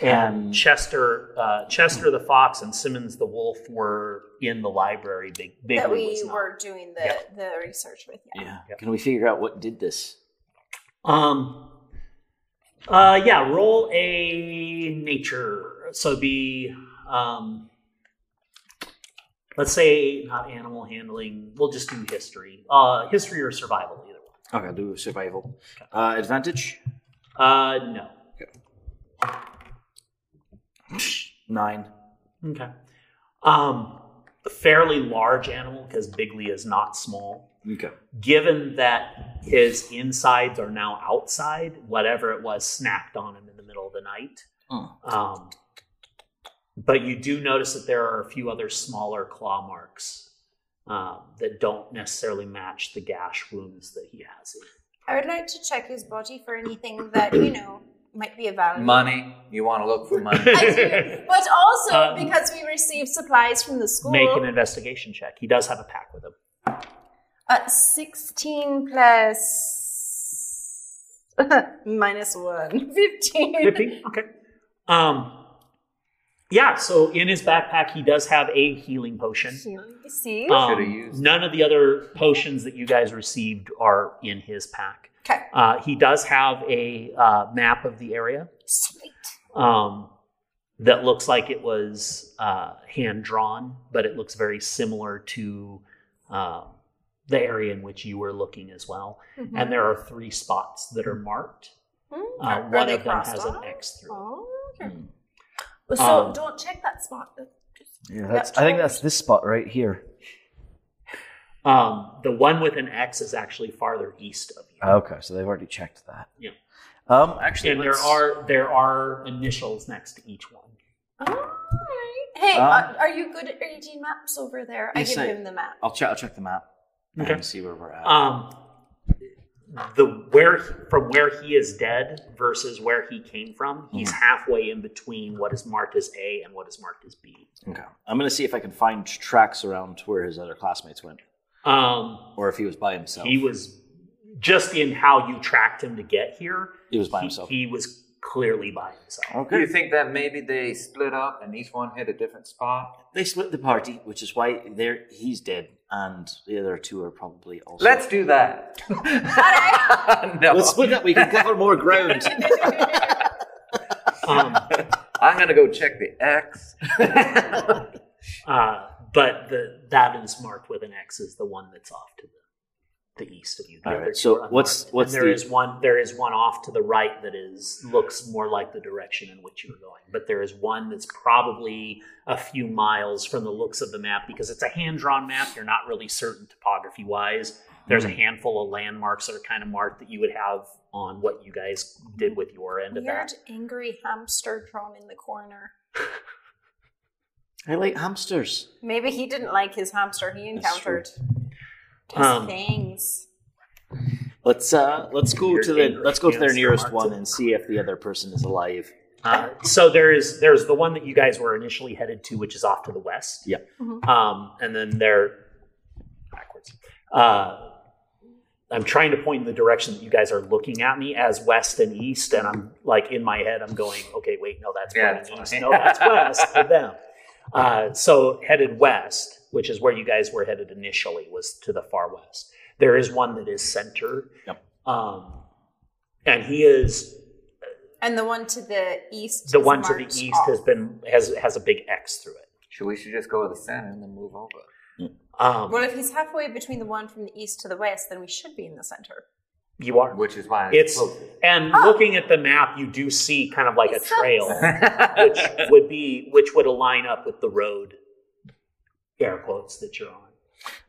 Speaker 6: And Chester, uh, Chester the fox, and Simmons the wolf were in the library. Big, big
Speaker 7: that
Speaker 6: was
Speaker 7: we
Speaker 6: not.
Speaker 7: were doing the,
Speaker 6: Yeah.
Speaker 7: the research with. Yeah.
Speaker 3: Yeah.
Speaker 6: Yep.
Speaker 3: Can we figure out what did this?
Speaker 6: Um. Uh, yeah. Roll a nature. So it'd be um. Let's say not animal handling. We'll just do history. Uh, history or survival, either one.
Speaker 3: Okay, do survival. Uh, advantage?
Speaker 6: Uh, no.
Speaker 3: Nine.
Speaker 6: Okay. Um, a fairly large animal because Bigley is not small.
Speaker 3: Okay.
Speaker 6: Given that his insides are now outside, whatever it was snapped on him in the middle of the night. Um, but you do notice that there are a few other smaller claw marks um, that don't necessarily match the gash wounds that he has.
Speaker 7: I would like to check his body for anything that, you know, might be of value.
Speaker 4: Money. You want to look for money.
Speaker 7: I do. But also
Speaker 6: Um,
Speaker 7: because we received supplies from the school.
Speaker 6: Make an investigation check. He does have a pack with him.
Speaker 7: Uh, 16 plus minus 1. 15.
Speaker 6: 15? Okay. Um, yeah, so in his backpack, he does have a healing potion.
Speaker 7: You see?
Speaker 6: Um,
Speaker 4: Should've used
Speaker 6: none of the other potions that you guys received are in his pack.
Speaker 7: Okay.
Speaker 6: Uh, he does have a uh, map of the area
Speaker 7: Sweet.
Speaker 6: um, that looks like it was uh, hand drawn, but it looks very similar to uh, the area in which you were looking as well.
Speaker 7: Mm-hmm.
Speaker 6: And there are three spots that are marked.
Speaker 7: Mhm.
Speaker 6: Uh,
Speaker 7: Are
Speaker 6: one
Speaker 7: they
Speaker 6: of them
Speaker 7: crossed
Speaker 6: has an
Speaker 7: off?
Speaker 6: X through. it.
Speaker 7: Oh, okay. So
Speaker 6: Um,
Speaker 7: don't check that spot.
Speaker 3: Yeah,
Speaker 7: that's- I think that's
Speaker 3: this spot right here.
Speaker 6: Um, the one with an X is actually farther east of you.
Speaker 3: Ah, Okay, so they've already checked that.
Speaker 6: Yeah.
Speaker 3: Um, actually,
Speaker 6: and there
Speaker 3: let's-
Speaker 6: are there are initials next to each one.
Speaker 7: Alright. Hey,
Speaker 3: Um,
Speaker 7: are, are you good at reading maps over there? I
Speaker 3: Yes,
Speaker 7: give
Speaker 3: I-
Speaker 7: him the map.
Speaker 3: I'll check. I'll check the map
Speaker 6: Okay.
Speaker 3: and see where we're at.
Speaker 6: Um, the where from where he is dead versus where he came from,
Speaker 3: Mm-hmm.
Speaker 6: he's halfway in between what is marked as A and what is marked as B.
Speaker 3: okay. I'm gonna see if I can find tracks around where his other classmates went,
Speaker 6: Um,
Speaker 3: or if he was by himself.
Speaker 6: he was just in how you tracked him to get here.
Speaker 3: He was by
Speaker 6: he-
Speaker 3: himself.
Speaker 6: He was clearly by himself.
Speaker 4: Do you think that maybe they split up and each one hit a different spot?
Speaker 3: They split the party, which is why they're he's dead, and the other two are probably also.
Speaker 4: Let's do that. no.
Speaker 3: Let's split up. We can cover more ground.
Speaker 6: Um,
Speaker 4: I'm going to go check the X.
Speaker 6: Uh, but the that is marked with an X is the one that's off to the the east of you. The
Speaker 3: All
Speaker 6: other two
Speaker 3: right, so
Speaker 6: are unmarked.
Speaker 3: what's-
Speaker 6: And
Speaker 3: what's
Speaker 6: there
Speaker 3: the-
Speaker 6: is one there is one off to the right that is looks more like the direction in which you were going. But there is one that's probably a few miles from the looks of the map because it's a hand drawn map. You're not really certain topography wise. There's
Speaker 3: Hmm.
Speaker 6: a handful of landmarks that are kind of marked that you would have on what you guys did with your end of
Speaker 7: Weird
Speaker 6: that.
Speaker 7: angry hamster drawn in the corner.
Speaker 3: I like hamsters.
Speaker 7: Maybe he didn't like his hamster he
Speaker 3: That's true.
Speaker 7: encountered. Just
Speaker 6: Um,
Speaker 7: things.
Speaker 3: Let's uh, let's go
Speaker 6: You're
Speaker 3: to the
Speaker 6: angry.
Speaker 3: let's go to their
Speaker 6: Hamster
Speaker 3: nearest
Speaker 6: marked.
Speaker 3: one and see if the other person is alive.
Speaker 6: Uh, so there is there's the one that you guys were initially headed to, which is off to the west.
Speaker 3: Yeah.
Speaker 7: Mhm.
Speaker 6: Um, and then there backwards. Uh, I'm trying to point in the direction that you guys are looking at me as west and east, and I'm like in my head, I'm going, okay, wait, no, that's
Speaker 4: Yeah,
Speaker 6: pointing
Speaker 4: that's
Speaker 6: east, no,
Speaker 4: fine.
Speaker 6: that's west for them. Uh, so headed west, which is where you guys were headed initially, was to the far west. There is one that is center.
Speaker 3: Yep.
Speaker 6: Um, and he is
Speaker 7: And the one to the east.
Speaker 6: the
Speaker 7: is
Speaker 6: one to the
Speaker 7: marked
Speaker 6: east
Speaker 7: off.
Speaker 6: has been has has a big X through it.
Speaker 4: Should we should just go to the center and then move over?
Speaker 6: Um,
Speaker 7: Well, if he's halfway between the one from the east to the west, then we should be in the center.
Speaker 6: you are,
Speaker 4: Which is why
Speaker 6: It's-
Speaker 4: closer.
Speaker 6: and
Speaker 7: Oh.
Speaker 6: looking at the map, you do see kind of like a
Speaker 7: It's
Speaker 6: trail, which would be which would align up with the road, air quotes that you're on.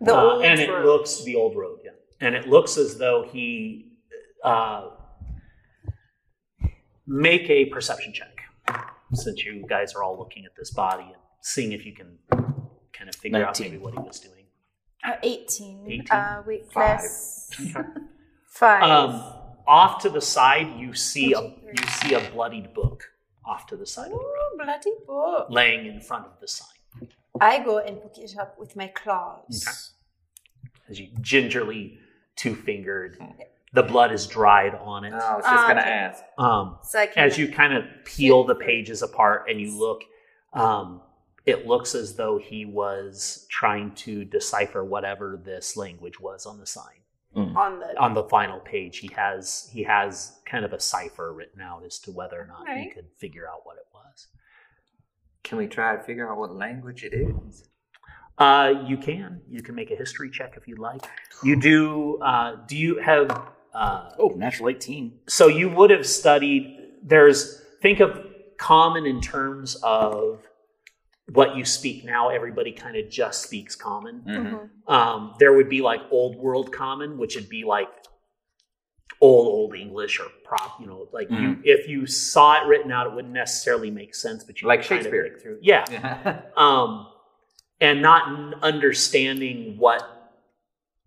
Speaker 7: The
Speaker 6: Uh,
Speaker 7: old
Speaker 6: and it
Speaker 7: road.
Speaker 6: looks the old road, yeah. And it looks as though he uh, make a perception check, since you guys are all looking at this body and seeing if you can kind of figure out
Speaker 3: 19.
Speaker 6: maybe what he was doing.
Speaker 7: Uh, 18.
Speaker 6: 18?
Speaker 7: Uh, weakness.
Speaker 6: Okay.
Speaker 7: Five.
Speaker 6: Um, off to the side, you see a you see a bloodied book off to the side of the road,
Speaker 7: Ooh, bloody book.
Speaker 6: laying in front of the sign
Speaker 7: I go and pick it up with my claws.
Speaker 6: as you gingerly two fingered. The blood is dried on it.
Speaker 4: No, I was just
Speaker 7: Ah,
Speaker 4: gonna
Speaker 7: okay.
Speaker 4: ask.
Speaker 6: Um,
Speaker 7: So I can
Speaker 6: as you kind of peel the pages apart and you look, um, it looks as though he was trying to decipher whatever this language was on the sign.
Speaker 7: on the
Speaker 6: On the final page, he has he has kind of a cipher written out as to whether or not he
Speaker 7: Alright.
Speaker 6: could figure out what it was.
Speaker 4: Can we try to figure out what language it is?
Speaker 6: Uh, you can you can make a history check if you'd like. You do. Uh, do you have? Uh,
Speaker 3: Oh, natural 18.
Speaker 6: so you would have studied there's think of common in terms of what you speak now everybody kind of just speaks common
Speaker 7: Mhm.
Speaker 6: um, there would be like old world common which would be like old old english or prop you know like you, if you saw it written out it wouldn't necessarily make sense but you
Speaker 4: Like
Speaker 6: could kind of
Speaker 4: Shakespeare.
Speaker 6: think through yeah
Speaker 4: Yeah.
Speaker 6: um, and not n- understanding what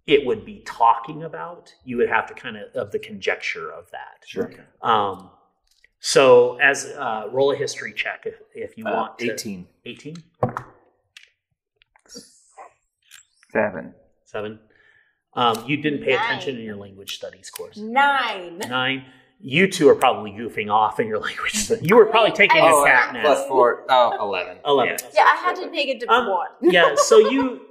Speaker 6: it would be talking about, you would have to kind of of the conjecture of that.
Speaker 3: Sure.
Speaker 6: Um, so as uh, roll a history check if, if you
Speaker 3: Uh,
Speaker 6: want. to-
Speaker 3: 18.
Speaker 6: 18?
Speaker 4: Seven.
Speaker 6: Seven. Um, you didn't pay
Speaker 7: Nine.
Speaker 6: attention in your language studies course.
Speaker 7: nine.
Speaker 6: Nine. You two are probably goofing off in your language. studies. You were probably taking a
Speaker 7: Oh,
Speaker 6: nap
Speaker 7: uh,
Speaker 6: now.
Speaker 4: Plus four. Oh, 11.
Speaker 6: 11.
Speaker 7: Yeah, I had a negative
Speaker 6: Um,
Speaker 7: one.
Speaker 6: yeah so you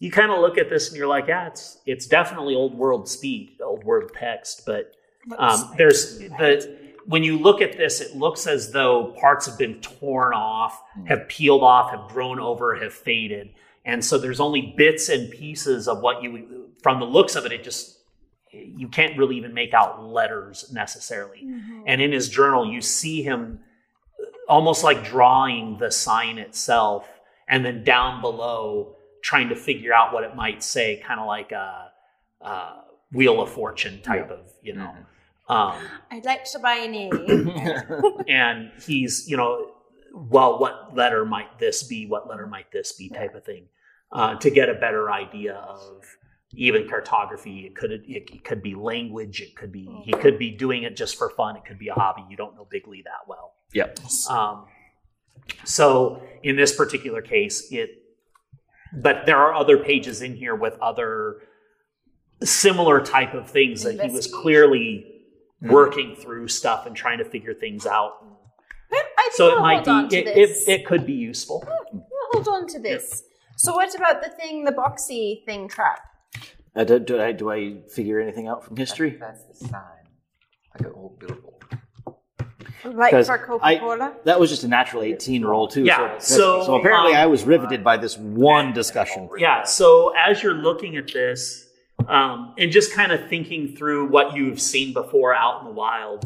Speaker 6: you kind of look at this and you're like yeah it's it's definitely old world speed old world text but um, there's the when you look at this it looks as though parts have been torn off have peeled off have grown over have faded and so there's only bits and pieces of what you from the looks of it it just you can't really even make out letters necessarily and in his journal you see him almost like drawing the sign itself and then down below trying to figure out what it might say kind of like a, uh wheel of fortune type of you know um,
Speaker 7: I'd like to buy an egg.
Speaker 6: and he's you know well what letter might this be what letter might this be type of thing uh, to get a better idea of even cartography it could it, it could be language it could be he could be doing it just for fun it could be a hobby you don't know bigley that well
Speaker 3: Yep.
Speaker 4: Uh,
Speaker 6: um, so in this particular case it but there are other pages in here with other similar type of things that he was
Speaker 7: Investigation.
Speaker 6: clearly working through stuff and trying to figure things out.
Speaker 7: Well, I think
Speaker 6: So it
Speaker 7: I'll
Speaker 6: might
Speaker 7: hold on
Speaker 6: be
Speaker 7: to
Speaker 6: it,
Speaker 7: this.
Speaker 6: it, it could be useful.
Speaker 7: I'll hold on to this. So what about the thing, the boxy thing trap?
Speaker 3: Uh, do, do I, do I figure anything out from history?
Speaker 4: That's the sign. Like an old billboard.
Speaker 7: Like
Speaker 3: 'Cause
Speaker 7: for
Speaker 3: I-
Speaker 7: Coca-Cola?
Speaker 3: that was just a natural 18 roll, too.
Speaker 6: Yeah,
Speaker 3: So,
Speaker 6: so,
Speaker 3: apparently,
Speaker 6: um,
Speaker 3: I was riveted by this one discussion.
Speaker 6: Yeah. So as you're looking at this, um, and just kind of thinking through what you've seen before out in the wild,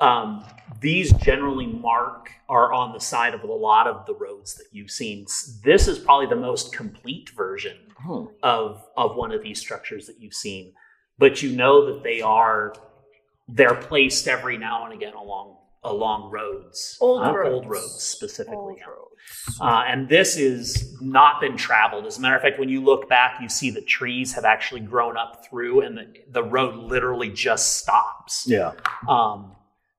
Speaker 6: um, these generally mark are on the side of a lot of the roads that you've seen. S- This is probably the most complete version
Speaker 3: Hmm.
Speaker 6: of of one of these structures that you've seen, but you know that they are they're placed every now and again along along roads,
Speaker 7: Old
Speaker 6: Uh,
Speaker 7: roads.
Speaker 6: old roads specifically.
Speaker 7: Old
Speaker 6: yeah. Uh, and this is not been traveled. As a matter of fact, when you look back, you see the trees have actually grown up through, and the, the road literally just stops.
Speaker 3: Yeah.
Speaker 6: Um,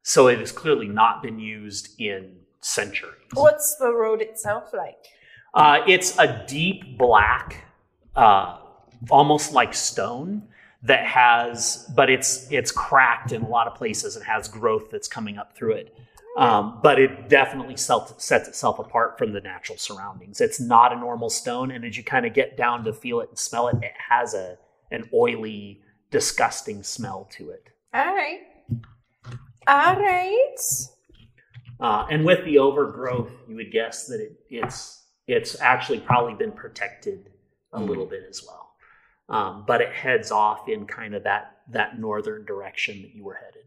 Speaker 6: So it has clearly not been used in centuries.
Speaker 7: What's the road itself like?
Speaker 6: Uh, it's a deep black, uh, almost like stone that has, but it's it's cracked in a lot of places and has growth that's coming up through it. Um, but it definitely self, sets itself apart from the natural surroundings. It's not a normal stone, and as you kind of get down to feel it and smell it, it has a an oily, disgusting smell to it.
Speaker 7: All right. All right.
Speaker 6: Uh, and with the overgrowth, you would guess that it, it's it's actually probably been protected a little bit as well. Um, but it heads off in kind of that that northern direction that you were headed.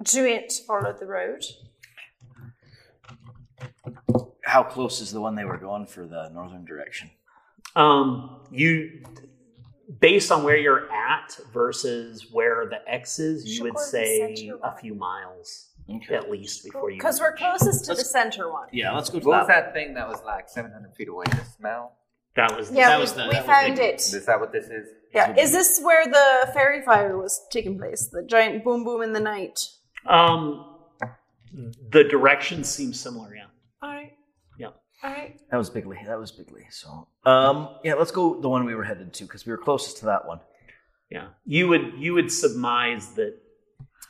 Speaker 7: Do it follow the road?
Speaker 3: How close is the one they were going for the northern direction?
Speaker 6: Um, you, based on where you're at versus where the X is, you would
Speaker 7: Sure,
Speaker 6: say
Speaker 7: center
Speaker 6: a
Speaker 7: one.
Speaker 6: few miles
Speaker 3: Okay.
Speaker 6: at least before you.
Speaker 7: Because we're
Speaker 6: reach.
Speaker 7: closest to the
Speaker 3: Let's-
Speaker 7: center one.
Speaker 3: Yeah, let's go to
Speaker 4: What was
Speaker 3: that.
Speaker 4: that thing that was like 700 feet away? The smell?
Speaker 6: That was the
Speaker 7: Yeah,
Speaker 3: That
Speaker 7: we,
Speaker 3: was the-
Speaker 7: we
Speaker 3: that was
Speaker 7: found
Speaker 3: the-
Speaker 7: it.
Speaker 4: Is that what this is?
Speaker 7: Yeah. Is this where the fairy fire was taking place? The giant boom boom in the night?
Speaker 6: um, the directions seem similar. Yeah.
Speaker 7: All right.
Speaker 6: Yeah.
Speaker 7: All right.
Speaker 3: That was Bigley. That was Bigley. So, um, yeah, let's go the one we were headed to because we were closest to that one.
Speaker 6: Yeah. You would you would surmise that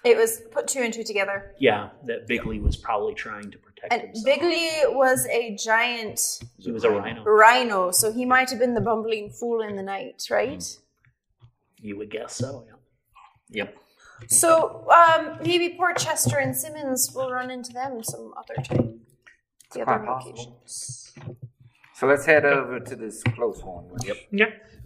Speaker 7: It was put two and two together.
Speaker 6: yeah that Bigley was probably trying to protect
Speaker 7: And
Speaker 6: himself.
Speaker 7: Bigley was a giant
Speaker 6: he was a rhino.
Speaker 7: rhino, so he might have been the bumbling fool in the night, right?
Speaker 4: Mm.
Speaker 6: You would guess so. Yeah.
Speaker 7: So um, maybe poor Chester and Simmons will run into them some other time. The other
Speaker 4: quite possible.
Speaker 7: locations.
Speaker 4: So let's head over to this close one. Yep.
Speaker 6: Yeah.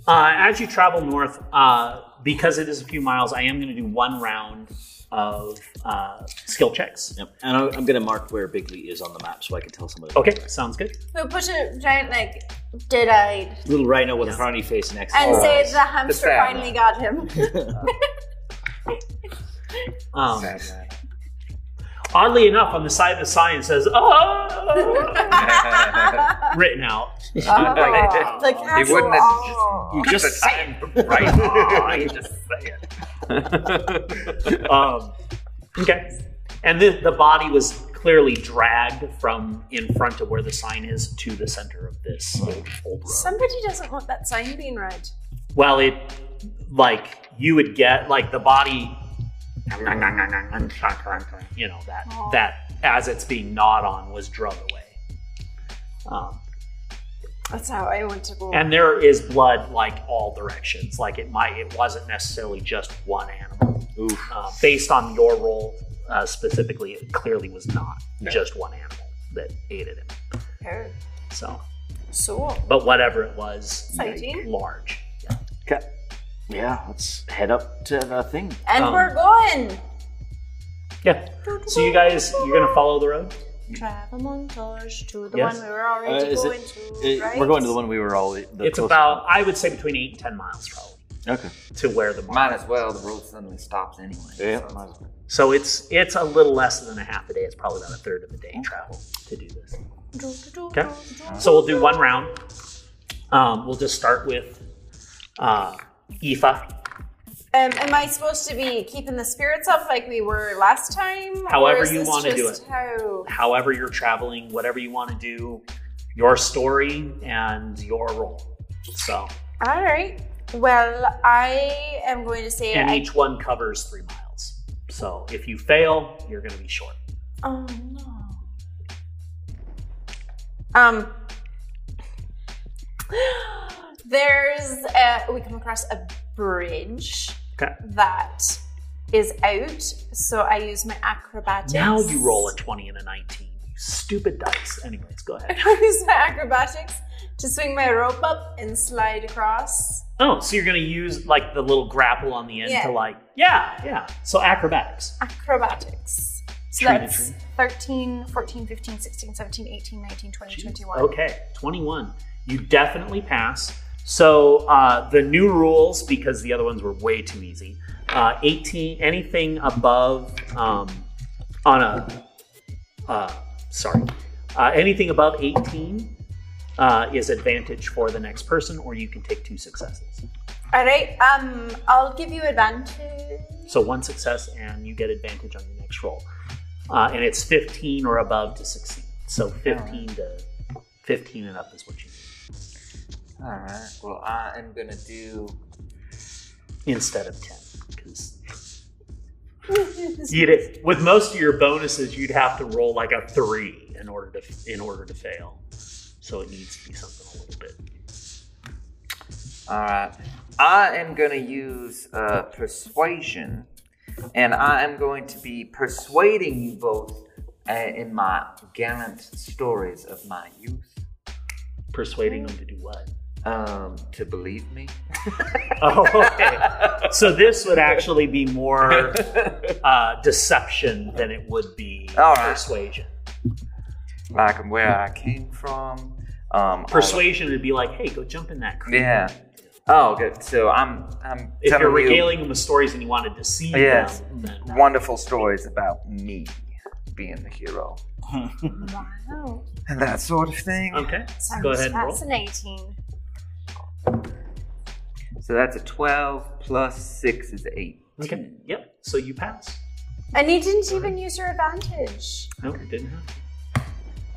Speaker 6: Uh, as you travel north, uh, because it is a few miles, I am going to do one round of uh, skill checks.
Speaker 3: Yep. And I- I'm going to mark where Bigley is on the map so I can tell somebody.
Speaker 6: Okay, sounds good.
Speaker 7: Who put a giant like dead-eyed
Speaker 3: Little rhino with a frowny face next to
Speaker 7: and
Speaker 3: him.
Speaker 7: say the hamster
Speaker 4: sad
Speaker 7: finally got him. Oh,
Speaker 6: Um, oddly enough, on the side of the sign it says "Oh" written out.
Speaker 7: Oh, the castle.
Speaker 4: He wouldn't
Speaker 7: oh.
Speaker 4: have just, just right? Oh, I just say it.
Speaker 6: Um, okay, and the, the body was clearly dragged from in front of where the sign is to the center of this old, old road.
Speaker 7: Somebody doesn't want that sign being read.
Speaker 6: Well, it like you would get like the body, you know that
Speaker 7: Aw.
Speaker 6: that as it's being gnawed on was drug away, um,
Speaker 7: That's how I want to go.
Speaker 6: and there is blood like all directions. Like it might, it wasn't necessarily just one animal.
Speaker 3: Oof.
Speaker 6: Uh, based on your role uh, specifically, it clearly was not just one animal that ate at him.
Speaker 7: Oh,
Speaker 6: So,
Speaker 7: so
Speaker 6: but whatever it was,
Speaker 7: Exciting.
Speaker 6: large. Yeah.
Speaker 3: Okay. Yeah, let's head up to the thing.
Speaker 7: and
Speaker 6: Um,
Speaker 7: we're going.
Speaker 6: yeah. So you guys, you're gonna follow the road.
Speaker 7: Travel montage to the
Speaker 6: Yes.
Speaker 7: one we were already
Speaker 3: Uh, is it-
Speaker 7: going to.
Speaker 3: Uh,
Speaker 7: right?
Speaker 3: We're going to the one we were all. The
Speaker 6: it's
Speaker 3: closer
Speaker 6: about I would say between eight and ten miles probably
Speaker 3: one. Okay.
Speaker 6: to where the mark.
Speaker 4: Might as well. The road suddenly stops anyway.
Speaker 3: Yeah.
Speaker 4: So-
Speaker 3: might as well.
Speaker 6: So it's it's a little less than a half a day. It's probably about a third of a day travel to do this. Okay. So we'll do one round. Um, we'll just start with uh, Aoife.
Speaker 7: Um, am I supposed to be keeping the spirits up like we were last time?
Speaker 6: However
Speaker 7: or is
Speaker 6: you
Speaker 7: this
Speaker 6: wanna do
Speaker 7: just
Speaker 6: it.
Speaker 7: How?
Speaker 6: However you're traveling, whatever you want to do, your story and your role. So
Speaker 7: All right. Well, I am going to say
Speaker 6: and
Speaker 7: I.
Speaker 6: each one covers three miles. So if you fail, you're going to be short.
Speaker 7: Oh no. Um. There's a, we come across a bridge
Speaker 6: Okay.
Speaker 7: that is out, so I use my acrobatics.
Speaker 6: Now you roll a twenty and a nineteen. You stupid dice. Anyways, go ahead.
Speaker 7: I use my acrobatics to swing my rope up and slide across.
Speaker 6: Oh, so you're gonna use like the little grapple on the end
Speaker 7: Yeah.
Speaker 6: to like, yeah, yeah. So acrobatics.
Speaker 7: Acrobatics. So
Speaker 6: Tree to
Speaker 7: that's
Speaker 6: tree.
Speaker 7: 13, 14, 15, 16, 17, 18, 19, 20, 21.
Speaker 6: Okay, 21. You definitely pass. So uh, the new rules, because the other ones were way too easy. Uh, 18. Anything above um, on a uh, sorry, uh, anything above 18 uh, is advantage for the next person, or you can take two successes.
Speaker 7: All right. Um, I'll give you advantage.
Speaker 6: So one success, and you get advantage on your next. athletics roll, uh, and it's 15 or above to succeed. So 15 to 15 and up is what you
Speaker 4: All right. Well, I am gonna do.
Speaker 6: need instead of 10, because you'd with most of your bonuses you'd have to roll like a three in order to in order to fail. So it needs to be something a little bit.
Speaker 4: All right. I am gonna use uh, persuasion, and I am going to be persuading you both uh, in my gallant stories of my youth
Speaker 6: Persuading them to do what?
Speaker 4: um, to believe me.
Speaker 6: Oh, okay. so this would actually be more uh, deception than it would be
Speaker 4: All right.
Speaker 6: persuasion.
Speaker 4: like where I came from. Um,
Speaker 6: Persuasion would be like, hey, go jump in that
Speaker 4: all-
Speaker 6: creek.
Speaker 4: Yeah. Oh, good. So I'm I'm
Speaker 6: If
Speaker 4: telling
Speaker 6: you're
Speaker 4: you
Speaker 6: regaling them with stories and you want to deceive
Speaker 4: Yes.
Speaker 6: them, then
Speaker 4: wonderful stories about me being the hero
Speaker 7: Wow.
Speaker 4: and that sort of thing.
Speaker 6: okay.
Speaker 7: Sounds
Speaker 6: Go ahead and roll.
Speaker 7: fascinating.
Speaker 4: So that's a twelve plus six is eight.
Speaker 6: Okay. Yep. So you pass.
Speaker 7: And you didn't even use your advantage.
Speaker 6: No, it didn't happen.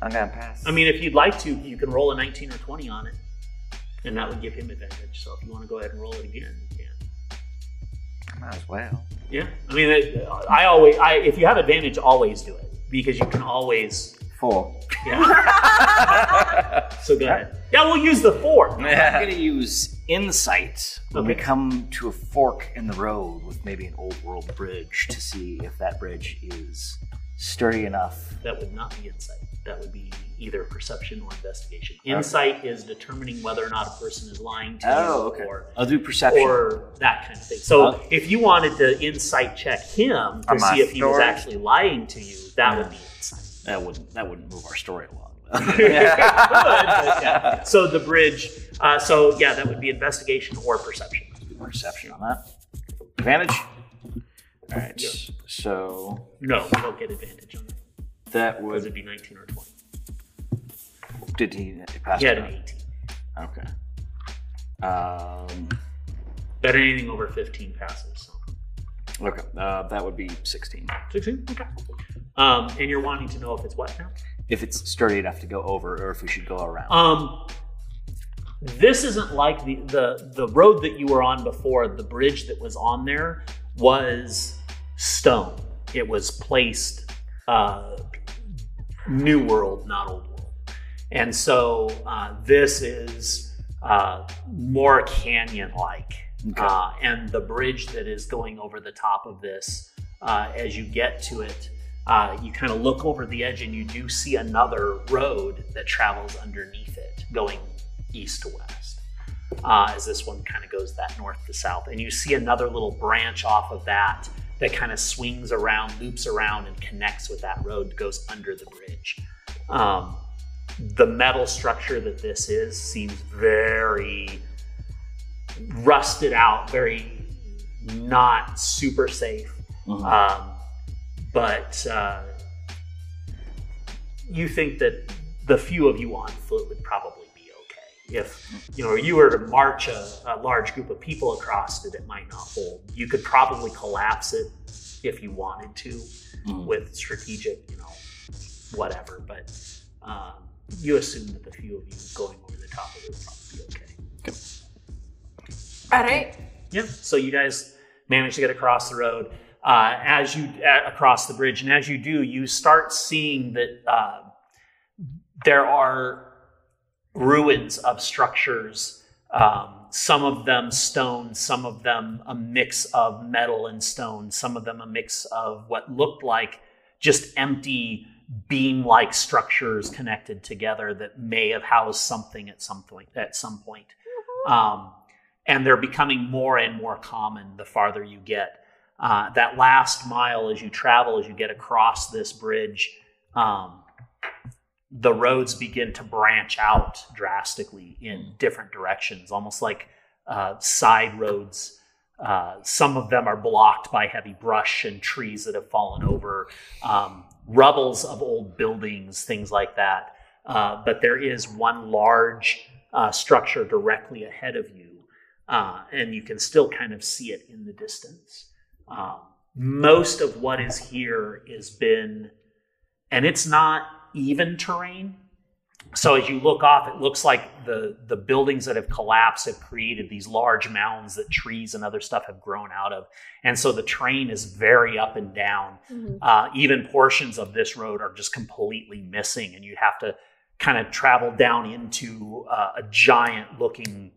Speaker 4: I'm gonna pass.
Speaker 6: I mean, if you'd like to, you can roll a 19 or 20 on it, and that would give him advantage. So if you want to go ahead and roll it again, you can.
Speaker 4: might as well.
Speaker 6: Yeah. I mean, it, uh, I always, I if you have advantage, always do it because you can always.
Speaker 4: Four.
Speaker 6: Yeah. so go ahead. Yeah, we'll use the four.
Speaker 3: I'm gonna use insight when we
Speaker 6: Okay.
Speaker 3: come to a fork in the road with maybe an old world bridge to see if that bridge is sturdy enough.
Speaker 6: That would not be insight. That would be either perception or investigation. Insight is determining whether or not a person is lying to you
Speaker 3: Oh, okay.
Speaker 6: or
Speaker 3: I'll do perception.
Speaker 6: or that kind of thing. So
Speaker 3: Uh,
Speaker 6: if you wanted to insight check him to
Speaker 4: On my
Speaker 6: see if he was
Speaker 4: story?
Speaker 6: actually lying to you, that would be insight.
Speaker 3: that wouldn't that wouldn't move our story along.
Speaker 6: Yeah. So the bridge. Uh, so yeah, that would be investigation or perception.
Speaker 3: perception on that. Advantage. All right. So
Speaker 6: No, you don't get advantage on that.
Speaker 3: that
Speaker 6: Because
Speaker 3: would
Speaker 6: it'd be 19 or 20.
Speaker 3: did he pass?
Speaker 6: He had
Speaker 3: it
Speaker 6: an 18.
Speaker 3: on? Okay. Um.
Speaker 6: But anything over 15 passes. So.
Speaker 3: Okay. Uh, that would be sixteen.
Speaker 6: 16? Okay. Um, and you're wanting to know if it's what now?
Speaker 3: If it's sturdy enough to go over, or if we should go around.
Speaker 6: Um, this isn't like the, the the road that you were on before. The bridge that was on there was stone. It was placed uh, new world, not old world. And so uh, this is uh, more canyon like. Uh, and the bridge that is going over the top of this, uh, as you get to it, uh, you kind of look over the edge and you do see another road that travels underneath it going east to west uh, as this one kind of goes that north to south. And you see another little branch off of that that kind of swings around, loops around, and connects with that road that goes under the bridge. Um, the metal structure that this is seems very rusted out, very not super safe. Um, but uh, you think that the few of you on foot would probably be okay. If you know you were to march a, a large group of people across it, it might not hold. You could probably collapse it if you wanted to with strategic, you know, whatever. But um, you assume that the few of you going over the top of it would probably be okay.
Speaker 7: All right.
Speaker 6: Yeah. So you guys manage to get across the road uh, as you uh, across the bridge, and as you do, you start seeing that uh, there are ruins of structures. Um, some of them stone, some of them a mix of metal and stone, some of them a mix of what looked like just empty beam-like structures connected together that may have housed something at some point. At some point. Um, and they're becoming more and more common the farther you get. Uh, that last mile as you travel, as you get across this bridge, um, the roads begin to branch out drastically in different directions, almost like uh, side roads. Uh, some of them are blocked by heavy brush and trees that have fallen over, um, rubbles of old buildings, things like that. Uh, but there is one large uh, structure directly ahead of you uh, and you can still kind of see it in the distance. Um, most of what is here has been, and it's not even terrain. So as you look off, it looks like the the buildings that have collapsed have created these large mounds that trees and other stuff have grown out of, and so the terrain is very up and down. Uh, even portions of this road are just completely missing, and you have to kind of travel down into uh, a giant looking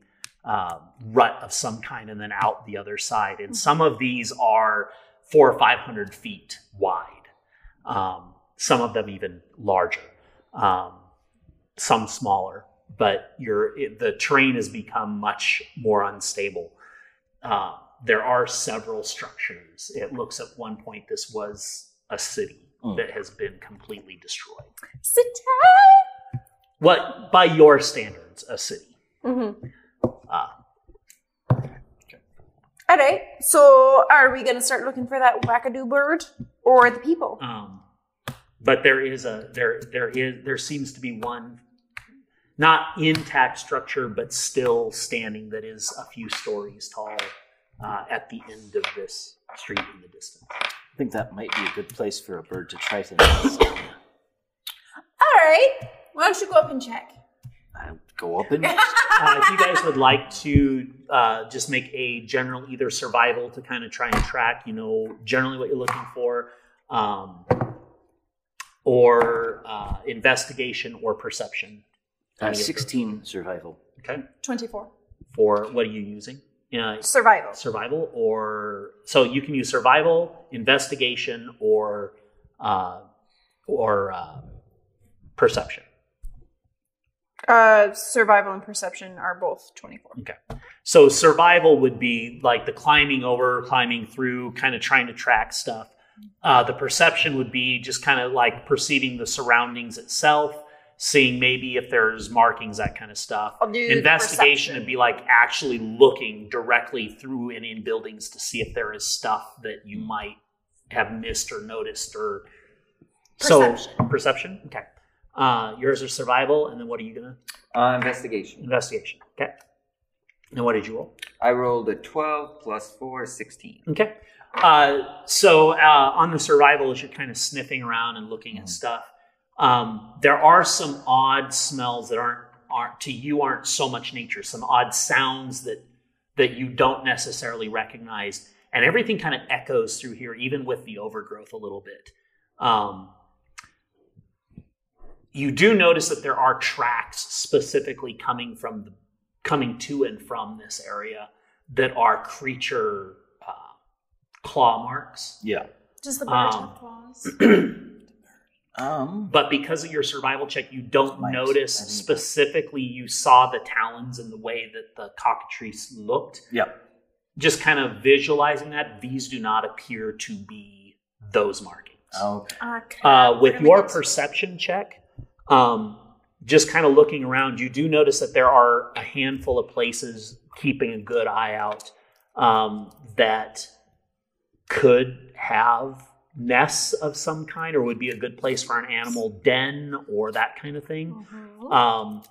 Speaker 6: uh, rut of some kind and then out the other side. And some of these are four or 500 feet wide, um, some of them even larger, um, some smaller. But your it, the terrain has become much more unstable. Uh, there are several structures. It looks at one point this was a city that has been completely destroyed.
Speaker 7: Sit
Speaker 6: What, by your standards, a city.
Speaker 7: down. Mhm.
Speaker 6: Uh,
Speaker 7: All right. So, are we gonna start looking for that wackadoo bird or the people?
Speaker 6: Um, but there is a there there is there seems to be one not intact structure, but still standing that is a few stories tall uh, at the end of this street in the distance.
Speaker 3: I think that might be a good place for a bird to try to nest.
Speaker 6: Uh.
Speaker 7: All right. Why don't you go up and check?
Speaker 3: I'll go up and
Speaker 6: Uh, if you guys would like to uh, just make a general either survival to kind of try and track, you know, generally what you're looking for, um, or uh, investigation or perception.
Speaker 3: uh, sixteen survival.
Speaker 6: Okay.
Speaker 7: Twenty-four.
Speaker 6: For what are you using? Uh,
Speaker 7: Survival.
Speaker 6: survival or so you can use survival investigation or uh, or uh, perception
Speaker 7: Uh, survival and perception are both twenty-four.
Speaker 6: so survival would be like the climbing over climbing through kind of trying to track stuff uh, the perception would be just kind of like perceiving the surroundings itself seeing maybe if there's markings that kind of stuff
Speaker 7: I'll do Oh, the
Speaker 6: investigation would
Speaker 7: perception.
Speaker 6: be like actually looking directly through and in buildings to see if there is stuff that you might have missed or noticed or so
Speaker 7: Perception.
Speaker 6: perception okay uh, yours are survival and then what are you gonna
Speaker 4: Uh, investigation.
Speaker 6: investigation okay and what did you roll
Speaker 4: I rolled a 12 plus 4 is 16.
Speaker 6: Okay. Uh, so uh, on the survival, as you're kind of sniffing around and looking at stuff, um, there are some odd smells that aren't aren't to you aren't so much nature. Some odd sounds that that you don't necessarily recognize, and everything kind of echoes through here, even with the overgrowth a little bit. Um, you do notice that there are tracks specifically coming from the, coming to and from this area that are creature uh, claw marks.
Speaker 3: Yeah.
Speaker 7: Does the bird
Speaker 6: Um,
Speaker 7: have claws? Uh,
Speaker 3: Um.
Speaker 6: But because of your survival check, you don't
Speaker 3: Might.
Speaker 6: notice
Speaker 3: I didn't-
Speaker 6: specifically you saw the talons and the way that the cockatrice looked.
Speaker 3: Yeah.
Speaker 6: Just kind of visualizing that, these do not appear to be those markings.
Speaker 3: Oh, Okay.
Speaker 7: Okay.
Speaker 6: Uh, with your
Speaker 7: Really?
Speaker 6: perception check, um, just kind of looking around, you do notice that there are a handful of places keeping a good eye out um, that could have nests of some kind or would be a good place for an animal den or that kind of thing
Speaker 7: Mhm.
Speaker 6: um,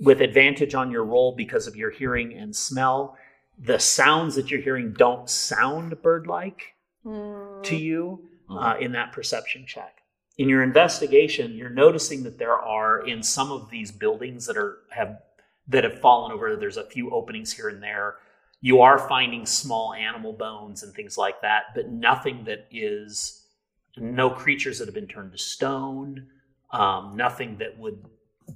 Speaker 6: with advantage on your roll because of your hearing and smell. The sounds that you're hearing don't sound bird like
Speaker 7: Hmm.
Speaker 6: to you uh, in that perception check. In your investigation, you're noticing that there are in some of these buildings that are have that have fallen over. There's a few openings here and there. You are finding small animal bones and things like that, but nothing that is no creatures that have been turned to stone. Um, nothing that would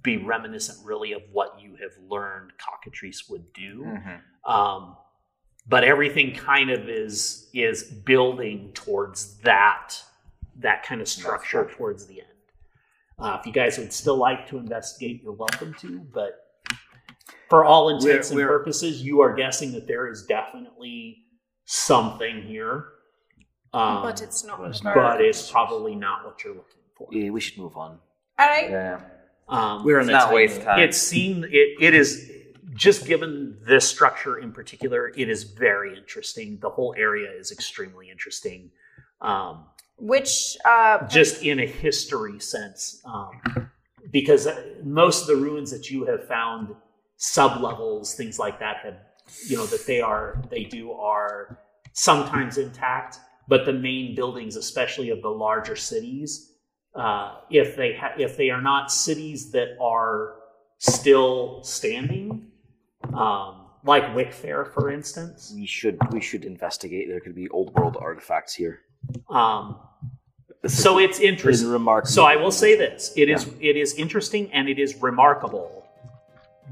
Speaker 6: be reminiscent really of what you have learned cockatrice would do
Speaker 4: Hmm. Mm-hmm.
Speaker 6: um, but everything kind of is is building towards that that kind of structure towards the end. Uh, if you guys would still like to investigate, you're welcome to. But for all intents
Speaker 3: We're-
Speaker 6: and
Speaker 3: we're-
Speaker 6: purposes, you are guessing that there is definitely something here, um,
Speaker 7: but it's not.
Speaker 3: but-
Speaker 7: the bird.
Speaker 6: but it's probably not what you're looking for.
Speaker 3: Yeah, we should move on.
Speaker 7: All right.
Speaker 4: Yeah.
Speaker 6: Um,
Speaker 3: We're in
Speaker 4: Let's
Speaker 3: a
Speaker 4: not
Speaker 3: time
Speaker 4: waste
Speaker 3: of-
Speaker 4: time.
Speaker 6: it seemed it, it is just given this structure in particular it is very interesting the whole area is extremely interesting um,
Speaker 7: Which uh,
Speaker 6: just in a history sense um, because uh, most of the ruins that you have found sublevels things like that have you know that they are they do are sometimes intact, but the main buildings, especially of the larger cities, uh, if they ha- if they are not cities that are still standing, um, like Wick Fair, for instance,
Speaker 3: We should we should investigate. There could be old world artifacts here.
Speaker 6: um,
Speaker 3: This is
Speaker 6: so it's interesting.
Speaker 3: in remark-
Speaker 6: So I will say this: it is it is interesting and it is remarkable,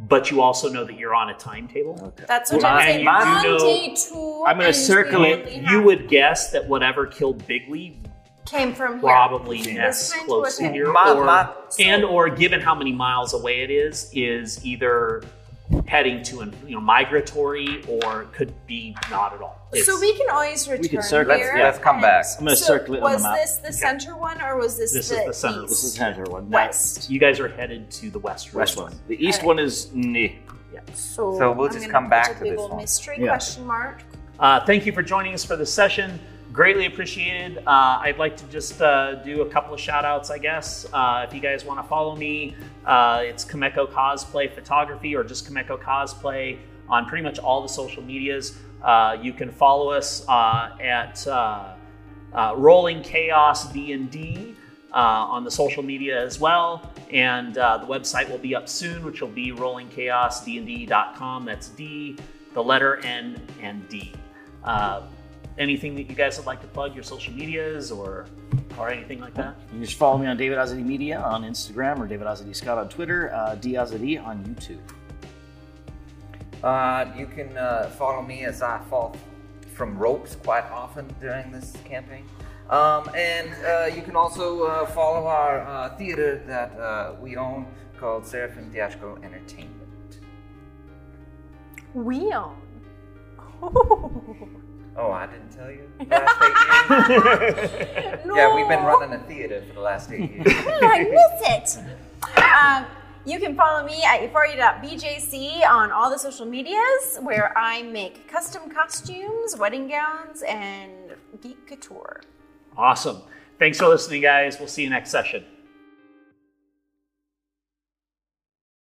Speaker 6: but you also know that you're on a timetable.
Speaker 7: That's what
Speaker 6: Well,
Speaker 7: I'm
Speaker 6: and
Speaker 7: saying.
Speaker 6: you
Speaker 7: One
Speaker 6: know-
Speaker 7: day, two.
Speaker 3: I'm gonna
Speaker 7: and we
Speaker 3: circle it.
Speaker 7: only
Speaker 6: You
Speaker 7: have-
Speaker 6: would guess that whatever killed Bigley
Speaker 7: came from here.
Speaker 6: probably
Speaker 7: This
Speaker 6: nests
Speaker 7: kind
Speaker 6: close to
Speaker 7: wasn't-
Speaker 6: here,
Speaker 4: My-
Speaker 6: or,
Speaker 4: my-
Speaker 6: and or given how many miles away it is, is either heading to an you know migratory or could be not at all.
Speaker 7: So
Speaker 6: It's-
Speaker 7: we can always return
Speaker 3: can circle-
Speaker 4: Let's,
Speaker 7: here.
Speaker 4: let's come
Speaker 7: and-
Speaker 4: back.
Speaker 3: I'm gonna
Speaker 7: So
Speaker 3: circle it on the
Speaker 7: Was
Speaker 3: map.
Speaker 7: this the center one or was this,
Speaker 6: This
Speaker 7: the
Speaker 6: is the center.
Speaker 7: East?
Speaker 3: This is another one. Now,
Speaker 7: west.
Speaker 6: you guys are headed to the west.
Speaker 3: West one. The east one is meh.
Speaker 7: So,
Speaker 4: So we'll
Speaker 7: I'm
Speaker 4: just
Speaker 7: gonna
Speaker 4: come
Speaker 7: put
Speaker 4: back
Speaker 7: a
Speaker 4: to
Speaker 7: big
Speaker 4: this
Speaker 7: old
Speaker 4: one.
Speaker 7: Mystery
Speaker 3: Yeah.
Speaker 7: question mark.
Speaker 6: Uh, thank you for joining us for the session. Greatly appreciated. Uh, I'd like to just uh, do a couple of shout outs, I guess. Uh, if you guys want to follow me, uh, it's Kameko Cosplay Photography or just Kameko Cosplay on pretty much all the social medias. Uh, you can follow us uh, at uh, uh, Rolling Chaos D&D uh, on the social media as well. And uh, the website will be up soon, which will be rollingchaosdnd.com. That's D, the letter N, and D. Uh, anything that you guys would like to plug, your social medias or or anything like that?
Speaker 3: You can just follow me on David Ozzy Media on Instagram or David Ozzy Scott on Twitter, uh, Diazity on YouTube.
Speaker 4: Uh, you can uh, follow me as I fall from ropes quite often during this campaign. Um, and uh, you can also uh, follow our uh, theater that uh, we own called Seraphim Theatrical Entertainment.
Speaker 7: We own.
Speaker 4: Oh, I didn't tell you? Last eight years? Yeah, we've been
Speaker 7: No.
Speaker 4: running a theater for the last eight years.
Speaker 7: I miss it. Um, you can follow me at euphoria.bjc on all the social medias where I make custom costumes, wedding gowns, and geek couture.
Speaker 6: Awesome. Thanks for listening, guys. We'll see you next session.